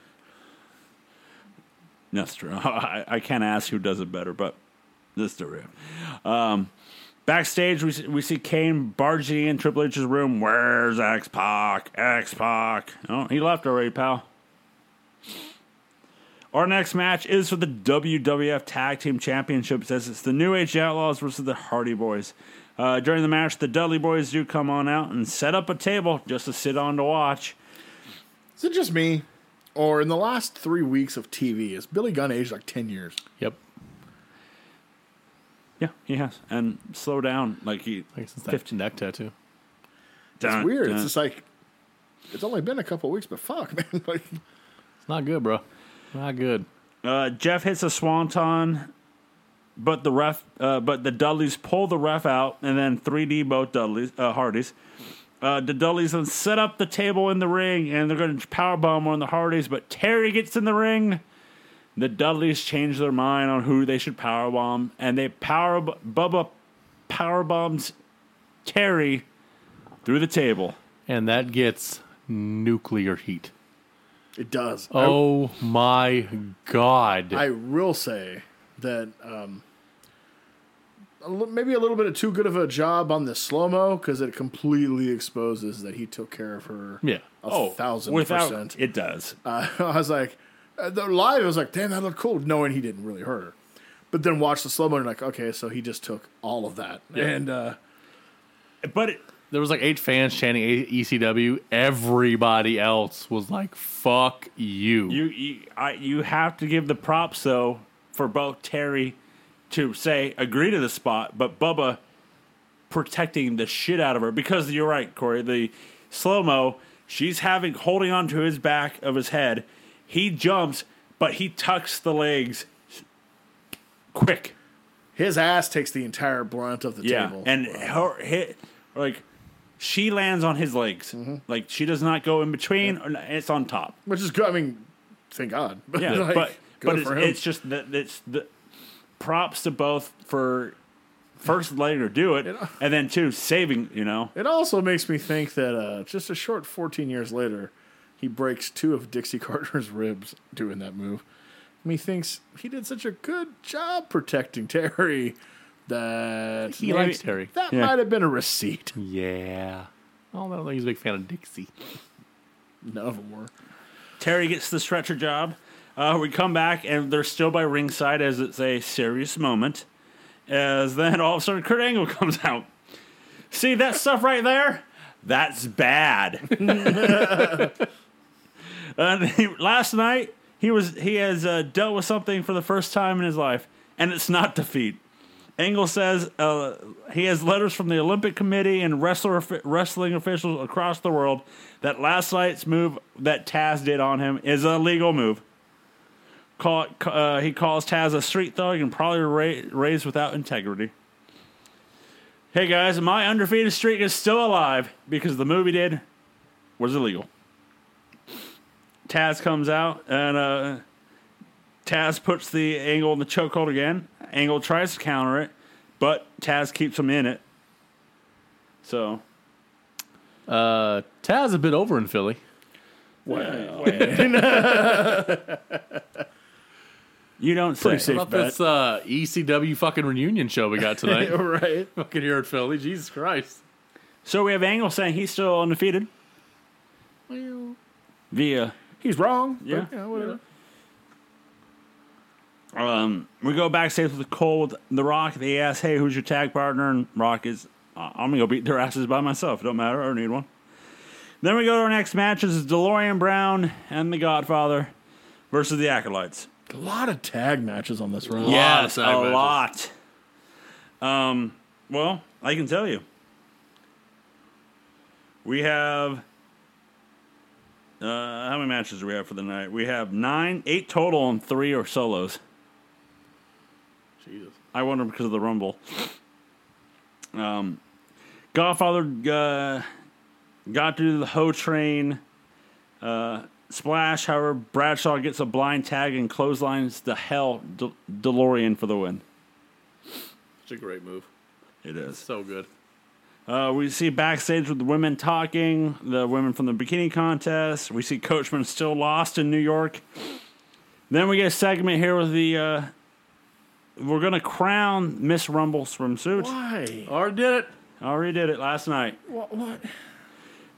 S1: That's true. [laughs] I, I can't ask who does it better, but this is the real. Um, backstage, we see, we see Kane barging in Triple H's room. Where's X Pac? X Pac. Oh, he left already, pal. Our next match is for the WWF Tag Team Championships as it's the New Age Outlaws versus the Hardy Boys. Uh, during the match, the Dudley Boys do come on out and set up a table just to sit on to watch.
S3: Is it just me? Or in the last three weeks of TV, is Billy Gunn aged like 10 years?
S2: Yep.
S1: Yeah, he has. And slow down like he.
S2: I guess it's that neck tattoo.
S1: Dun,
S3: It's weird.
S1: dun.
S3: It's just like, it's only been a couple weeks, but fuck, [laughs] man. Like,
S2: It's not good, bro. Not good.
S1: Uh, Jeff hits a swanton, but the ref, uh, but the Dudleys pull the ref out, and then 3D both Dudleys, uh, Hardys. Uh, the Dudleys then set up the table in the ring, and they're going to powerbomb on the Hardys, but Terry gets in the ring. The Dudleys change their mind on who they should powerbomb, and they power Bubba powerbombs Terry through the table.
S2: And that gets nuclear heat.
S3: it does.
S2: Oh my god.
S3: I will say that um, a li- maybe a little bit of too good of a job on the slow mo because it completely exposes that he took care of her.
S2: yeah.
S3: a
S1: Oh,
S3: thousand
S1: without,
S3: percent. [laughs]
S1: It does.
S3: Uh, I was like, uh, the live, I was like, damn, that looked cool, knowing he didn't really hurt her. But then watch the slow mo and like, okay, so he just took all of that, and uh,
S1: But it,
S2: There was like eight fans chanting A- ECW. Everybody else was like, fuck you.
S1: You you, I, you have to give the props though for both Terry to say agree to the spot, but Bubba protecting the shit out of her because you're right, Corey. The slow mo, she's having holding on to his back of his head. He jumps, but he tucks the legs quick.
S3: his ass takes the entire brunt of the
S1: Yeah,
S3: table.
S1: and her hit like she lands on his legs. Like she does not go in between. or n- It's on top.
S3: which is good. I mean, thank God. [laughs] But
S1: Yeah,
S3: like,
S1: but
S3: good
S1: but it's,
S3: for him.
S1: it's just that it's the props to both for first letting her do it, and then two saving. You know,
S3: It also makes me think that uh, just a short 14 years later, he breaks two of Dixie [laughs] Carter's ribs doing that move. And he thinks he did such a good job protecting Terry that
S2: he likes Terry.
S3: that
S1: Yeah.
S3: might have been a receipt. [laughs]
S2: Yeah. Oh, I don't think he's a big fan of Dixie.
S3: No more.
S1: Terry gets the stretcher job. Uh, we come back and they're still by ringside as it's a serious moment. As then all of a sudden Kurt Angle comes out. See that stuff right there? That's bad. [laughs] and he, last night he was he has uh, dealt with something for the first time in his life, and it's not defeat. Angle says uh, he has letters from the Olympic Committee and wrestler wrestling officials across the world that last night's move that Taz did on him is a legal move. Call, uh, he calls Taz a street thug and probably ra- raised without integrity. Hey guys, my undefeated streak is still alive because the movie did was illegal. Taz comes out and uh, Taz puts the angle in the chokehold again. Angle tries to counter it, but Taz keeps him in it. So
S2: Uh, Taz a bit over in Philly.
S1: You don't say.
S4: Pretty safe.
S2: What about this uh, ECW fucking reunion show we got [laughs] tonight?
S3: right.
S2: fucking here at Philly. Jesus Christ.
S1: So we have Angle saying he's still undefeated
S3: Well,
S1: via
S4: He's wrong. but,
S1: Yeah.
S4: you know, whatever.
S1: Um, we go backstage with Cole with The Rock. They ask, "Hey, who's your tag partner?" And Rock is, "I- "I'm gonna go beat their asses by myself. It don't matter. I don't need one." Then we go to our next match. This is DeLorean Brown and The Godfather versus the Acolytes.
S3: A lot of tag matches on this run.
S2: lot of
S1: Yes, a
S2: tag matches.
S1: lot. Um, well, I can tell you, we have. Uh, how many matches do we have for the night? We have nine, eight total, and three are solos.
S2: Jesus.
S1: I wonder because of the Rumble. Um, Godfather uh, got to the Ho Train uh, splash. However, Bradshaw gets a blind tag and clotheslines the hell De- DeLorean for the win.
S2: It's a great move.
S1: It is.
S2: So good.
S1: Uh, we see backstage with the women talking, the women from the bikini contest. We see Coachman still lost in New York. Then we get a segment here with the. Uh, we're going to crown Miss Rumble swimsuit.
S3: Why?
S2: Already did it.
S1: Already did it last night.
S3: What? what?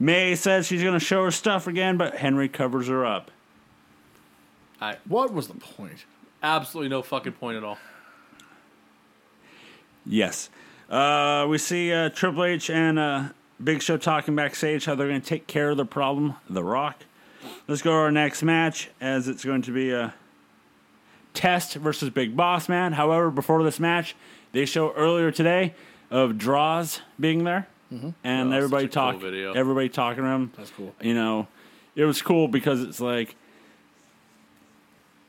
S1: May says she's going to show her stuff again, but Henry covers her up.
S3: What was the point?
S2: Absolutely no fucking point at all.
S1: Yes. Uh, we see uh, Triple H and uh, Big Show talking backstage how they're going to take care of the problem, The Rock. Let's go to our next match, as it's going to be a Test versus Big Boss Man. However, before this match, they show earlier today of Draws being there, and
S2: Oh,
S1: everybody
S2: such a cool
S1: talk,
S2: video.
S1: everybody talking to him.
S3: That's cool.
S1: you know, it was cool because it's like,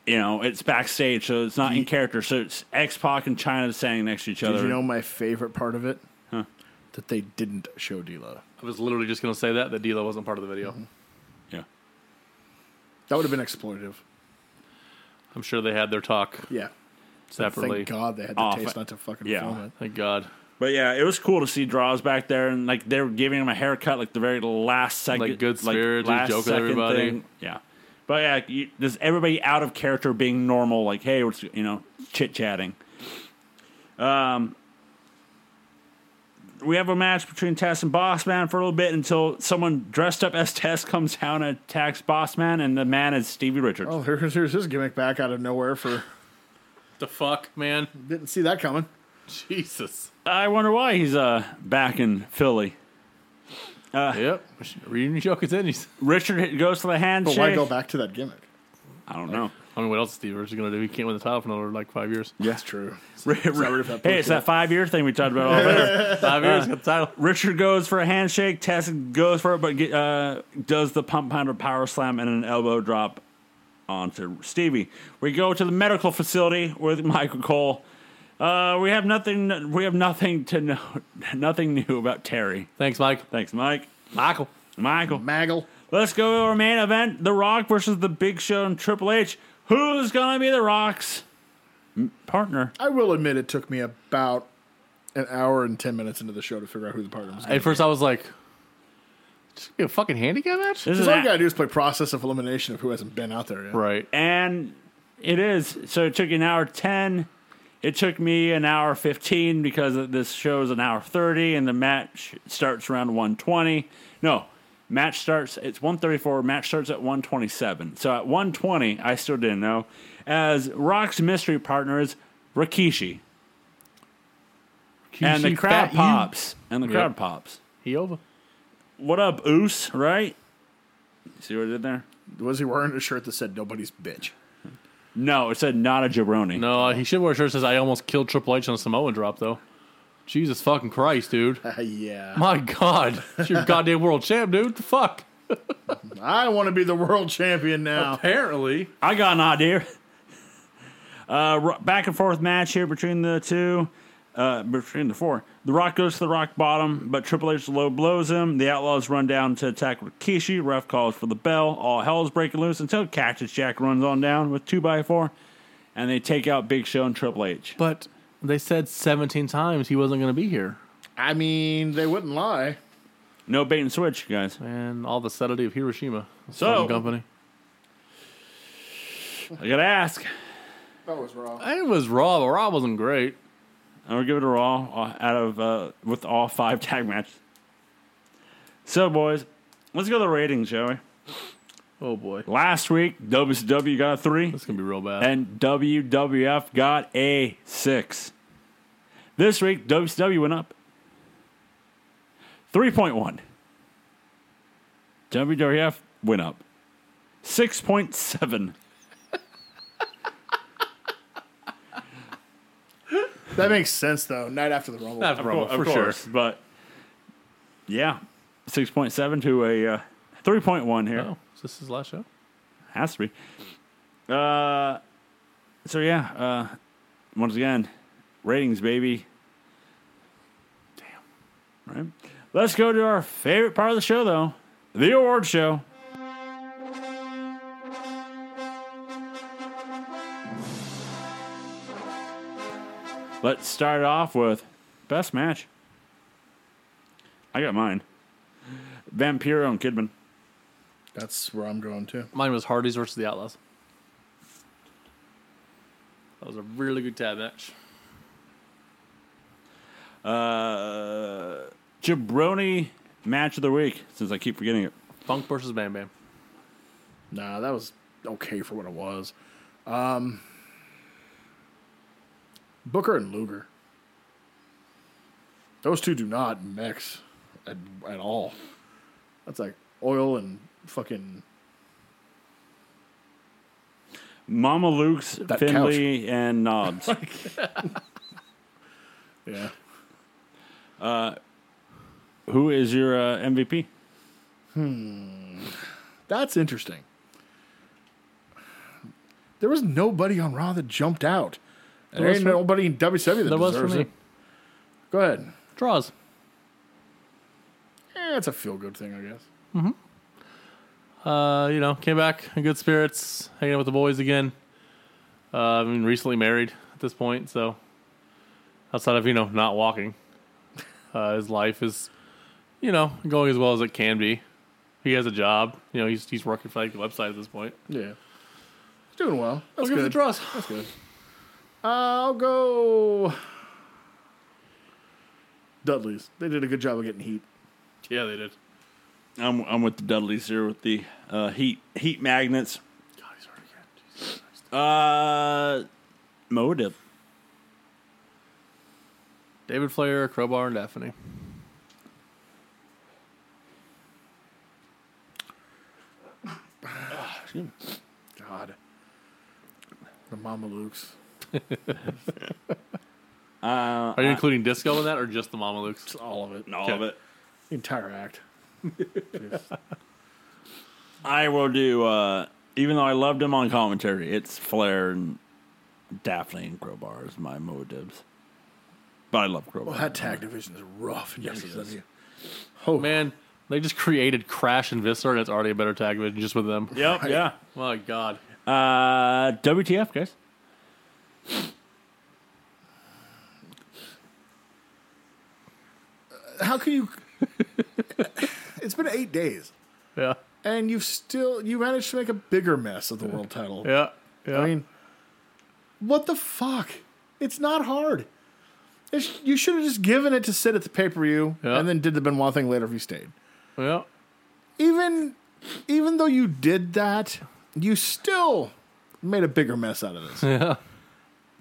S1: you know, it's backstage, so it's not in character. So it's X Pac and China standing next to each other.
S3: Did you know my favorite part of it? Huh. That they didn't show D'Lo.
S2: I was literally just gonna say that that D'Lo wasn't part of the video.
S1: yeah.
S3: That would have been exploitive.
S2: I'm sure they had their talk
S3: Yeah.
S2: separately.
S3: Thank God they had the
S1: Off.
S3: taste not to fucking
S1: Yeah.
S3: film it.
S2: Thank God.
S1: But yeah, it was cool to see draws back there, and like they were giving him a haircut, like the very last second,
S2: Like, good spirits, just
S1: last
S2: joke with
S1: second
S2: everybody.
S1: Yeah, but yeah, you, there's everybody out of character being normal, like hey, what's you know, chit chatting. Um, we have a match between Tess and Bossman for a little bit until someone dressed up as Tess comes down and attacks Bossman, and the man is Stevie Richards.
S3: Oh, here's, here's his gimmick back out of nowhere for.
S2: The fuck, man.
S3: Didn't see that coming.
S2: Jesus.
S1: I wonder why he's uh back in Philly.
S2: [laughs] yep. Reunion show continues.
S1: Richard goes to the handshake.
S3: But why go back to that gimmick?
S1: I don't know.
S2: I mean, what else is Steve Richards gonna do? He can't win the title for another like five years.
S3: That's true.
S1: hey, it's that five year thing we talked about all there.
S2: [laughs] Five [laughs] years, got the title.
S1: Richard goes for a handshake. Tess goes for it, but get, uh, does the pump pounder power slam and an elbow drop onto Stevie. We go to the medical facility with Michael Cole. Uh, we have nothing. We have nothing to know. [laughs] Nothing new about Terry.
S2: Thanks, Mike.
S1: Thanks, Mike.
S2: Michael.
S1: Michael.
S3: Maggle.
S1: Let's go to our main event: The Rock versus The Big Show and Triple H. Who's gonna be The Rock's m- partner?
S3: I will admit it took me about an hour and 10 minutes into the show to figure out who the partner was.
S2: At first, I was like, "Just be a fucking handicap match."
S1: [laughs] This
S3: Because
S1: is
S3: all
S1: a-
S3: you gotta do is play process of elimination of who hasn't been out there yet.
S2: Right.
S1: and it is. So it took an hour ten. It took me an hour fifteen because this show is an hour thirty, and the match starts around one twenty. No, match starts. It's one thirty four. Match starts at one twenty seven. So at one twenty, I still didn't know. As Rock's mystery partner is Rikishi, and the
S2: Kishi
S1: crowd
S2: fat you.
S1: pops, and the
S2: Yep.
S1: crowd pops.
S2: He over.
S1: What up, Oos? Right? See what I did there?
S3: Was he wearing a shirt that said nobody's bitch?
S1: No, it said not a jabroni.
S2: No, uh, he should wear a shirt that says "I almost killed Triple H on a Samoan drop." Though, Jesus fucking Christ, [laughs] dude!
S3: Uh, yeah.
S2: My God, it's your goddamn world champ, dude. What the fuck?
S3: I wanna be the world champion now.
S2: Apparently,
S1: I got an idea. Uh, ro- back and forth match here between the two, uh, between the four. The Rock goes to the Rock Bottom, but Triple H low blows him. The Outlaws run down to attack Rikishi. Ref calls for the bell. All hell is breaking loose until Cactus Jack runs on down with two by four, and they take out Big Show and Triple H.
S2: but they said 17 times he wasn't going to be here.
S3: I mean, they wouldn't lie.
S1: No bait and switch, you guys.
S2: and all the sedity of Hiroshima.
S1: So-
S2: Some company.
S1: I gotta ask.
S5: That was wrong.
S2: It was Raw, but Raw wasn't great.
S1: I'm gonna give it a raw uh, out of uh, with all five tag matches. So, boys, let's go to the ratings, shall we?
S2: Oh boy,
S1: Last week, WCW got a three,
S2: this is gonna be real bad.
S1: and WWF got a six. This week, WCW went up three point one. WWF went up six point seven.
S3: That makes sense though. Night after the rumble.
S2: That's Rumble,
S1: Of
S2: for sure.
S1: course, but yeah, six point seven to a uh, three point one here.
S2: Oh, is this his last show?
S1: Has to be. Uh, so yeah. Uh, once again, ratings, baby. Damn. Right. Let's go to our favorite part of the show, though, the award show. Let's start off with best match. I got mine. Vampiro and Kidman.
S3: That's where I'm going to.
S2: Mine was Hardy's versus the Outlaws. That was a really good tab match.
S1: Uh, jabroni match of the week since I keep forgetting it.
S2: Funk versus Bam Bam.
S3: Nah, that was okay for what it was. Um, Booker and Luger. Those two do not mix at, at all. That's like oil and fucking
S1: Mama Luke's
S3: That Oh
S1: Finley and
S3: [laughs]
S1: Knobs.
S3: yeah.
S1: Who is your uh, MVP?
S3: That's interesting. There was nobody on Raw that jumped out. There,
S2: was
S3: ain't
S2: for-
S3: nobody in WCW that
S2: That was for
S3: deserves
S2: me.
S3: it. Go ahead.
S2: Draws.
S3: Eh, it's a feel good thing, I guess.
S2: Uh, you know, came back in good spirits, hanging out with the boys again. Uh, I've been recently married at this point, so outside of you know not walking, uh, his life is you know going as well as it can be. He has a job, you know, he's he's working for like the website at this point.
S3: Yeah. He's doing well. That's
S2: I'll give it to
S3: good.
S2: draws.
S3: That's good. I'll go. Dudley's. They did a good job of getting heat.
S2: Yeah, they did.
S1: I'm I'm with the Dudleys here with the uh, heat heat magnets.
S3: God, Oh, he's already good.
S1: Uh, motive.
S2: David Flair, Crowbar, and Daphne.
S3: God. The Mama Luke's.
S2: Are you including Disco in that, or just the Mamalukes?
S3: All of it.
S1: Uh, All of
S2: Okay.
S1: it.
S3: The entire act.
S1: I will do. Uh, even though I loved him on commentary, it's Flair and Daphne and Crowbar is my motives. But I love Crowbar.
S3: Well, that tag division is rough. in E.
S1: Yes, it is.
S3: WCW.
S2: Man, they just created Crash and Visser, and it's already a better tag division just with them.
S3: [laughs]
S1: Yep. Yeah.
S2: My God.
S1: Uh, WTF, guys.
S3: How can you? [laughs] it's been eight days,
S2: Yeah.
S3: and you've still you managed to make a bigger mess of the world title.
S2: Yeah. Yeah.
S3: I mean, what the fuck? It's not hard. It's, you should have just given it to Sid at the pay per view
S2: Yeah.
S3: and then did the Benoit thing later if you stayed.
S2: yeah.
S3: Even even though you did that, you still made a bigger mess out of
S1: [laughs]
S3: this.
S2: Yeah.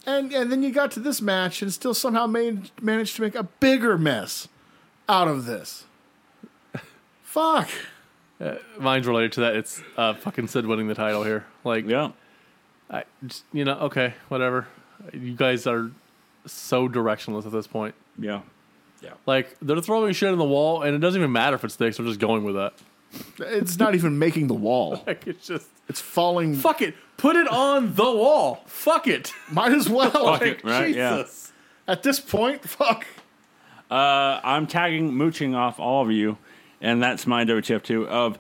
S3: And and then you got to this match and still somehow made, managed to make a bigger mess out of this. fuck.
S2: Mine's related to that. It's uh, fucking Sid winning the title here. Like,
S1: Yeah.
S2: I just, you know, okay, whatever. You guys are so directionless at this point.
S1: Yeah.
S2: Like, they're throwing shit in the wall, and it doesn't even matter if it sticks. They're just going with that. [laughs]
S3: It's not even making the wall.
S2: Like, it's just
S3: It's falling.
S2: fuck it. Put it on the wall. Fuck it.
S3: Might as well.
S2: Like,
S1: it, right? Yeah.
S2: Jesus.
S3: At this point, fuck.
S1: Uh, I'm tagging mooching off all of you, and that's my WTF two of.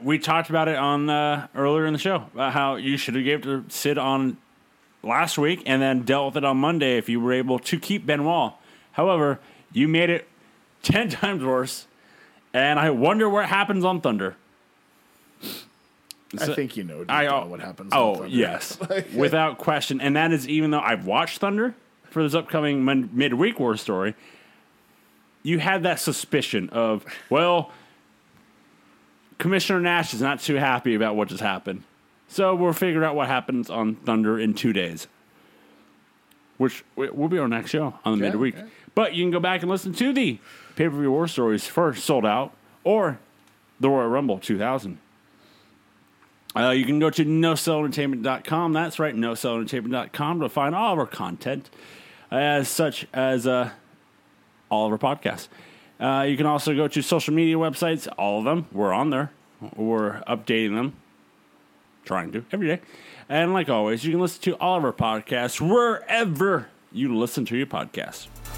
S1: We talked about it on uh, earlier in the show about how you should have gave it to Sid on last week and then dealt with it on Monday if [laughs] you were able to keep Benoit. However, you made it ten times worse and I wonder what happens on Thunder.
S3: I think you know, deep
S1: I
S3: down what happens. on
S1: Oh
S3: Thunder. [laughs]
S1: yes, without question. And that is even though I've watched Thunder for this upcoming min- midweek war story, you had that suspicion of well, Commissioner Nash is not too happy about what just happened, so we'll figure out what happens on Thunder in two days, which w- will be our next show on the
S3: Yeah,
S1: midweek.
S3: yeah.
S1: But you can go back and listen to the pay per view war stories for Sold Out or the Royal Rumble 2000. Uh, you can go to nocellentertainment.com. That's right, nocellentertainment.com to find all of our content, as such as uh, all of our podcasts. Uh, you can also go to social media websites, all of them. We're on there, we're updating them, trying to every day. And like always, you can listen to all of our podcasts wherever you listen to your podcasts.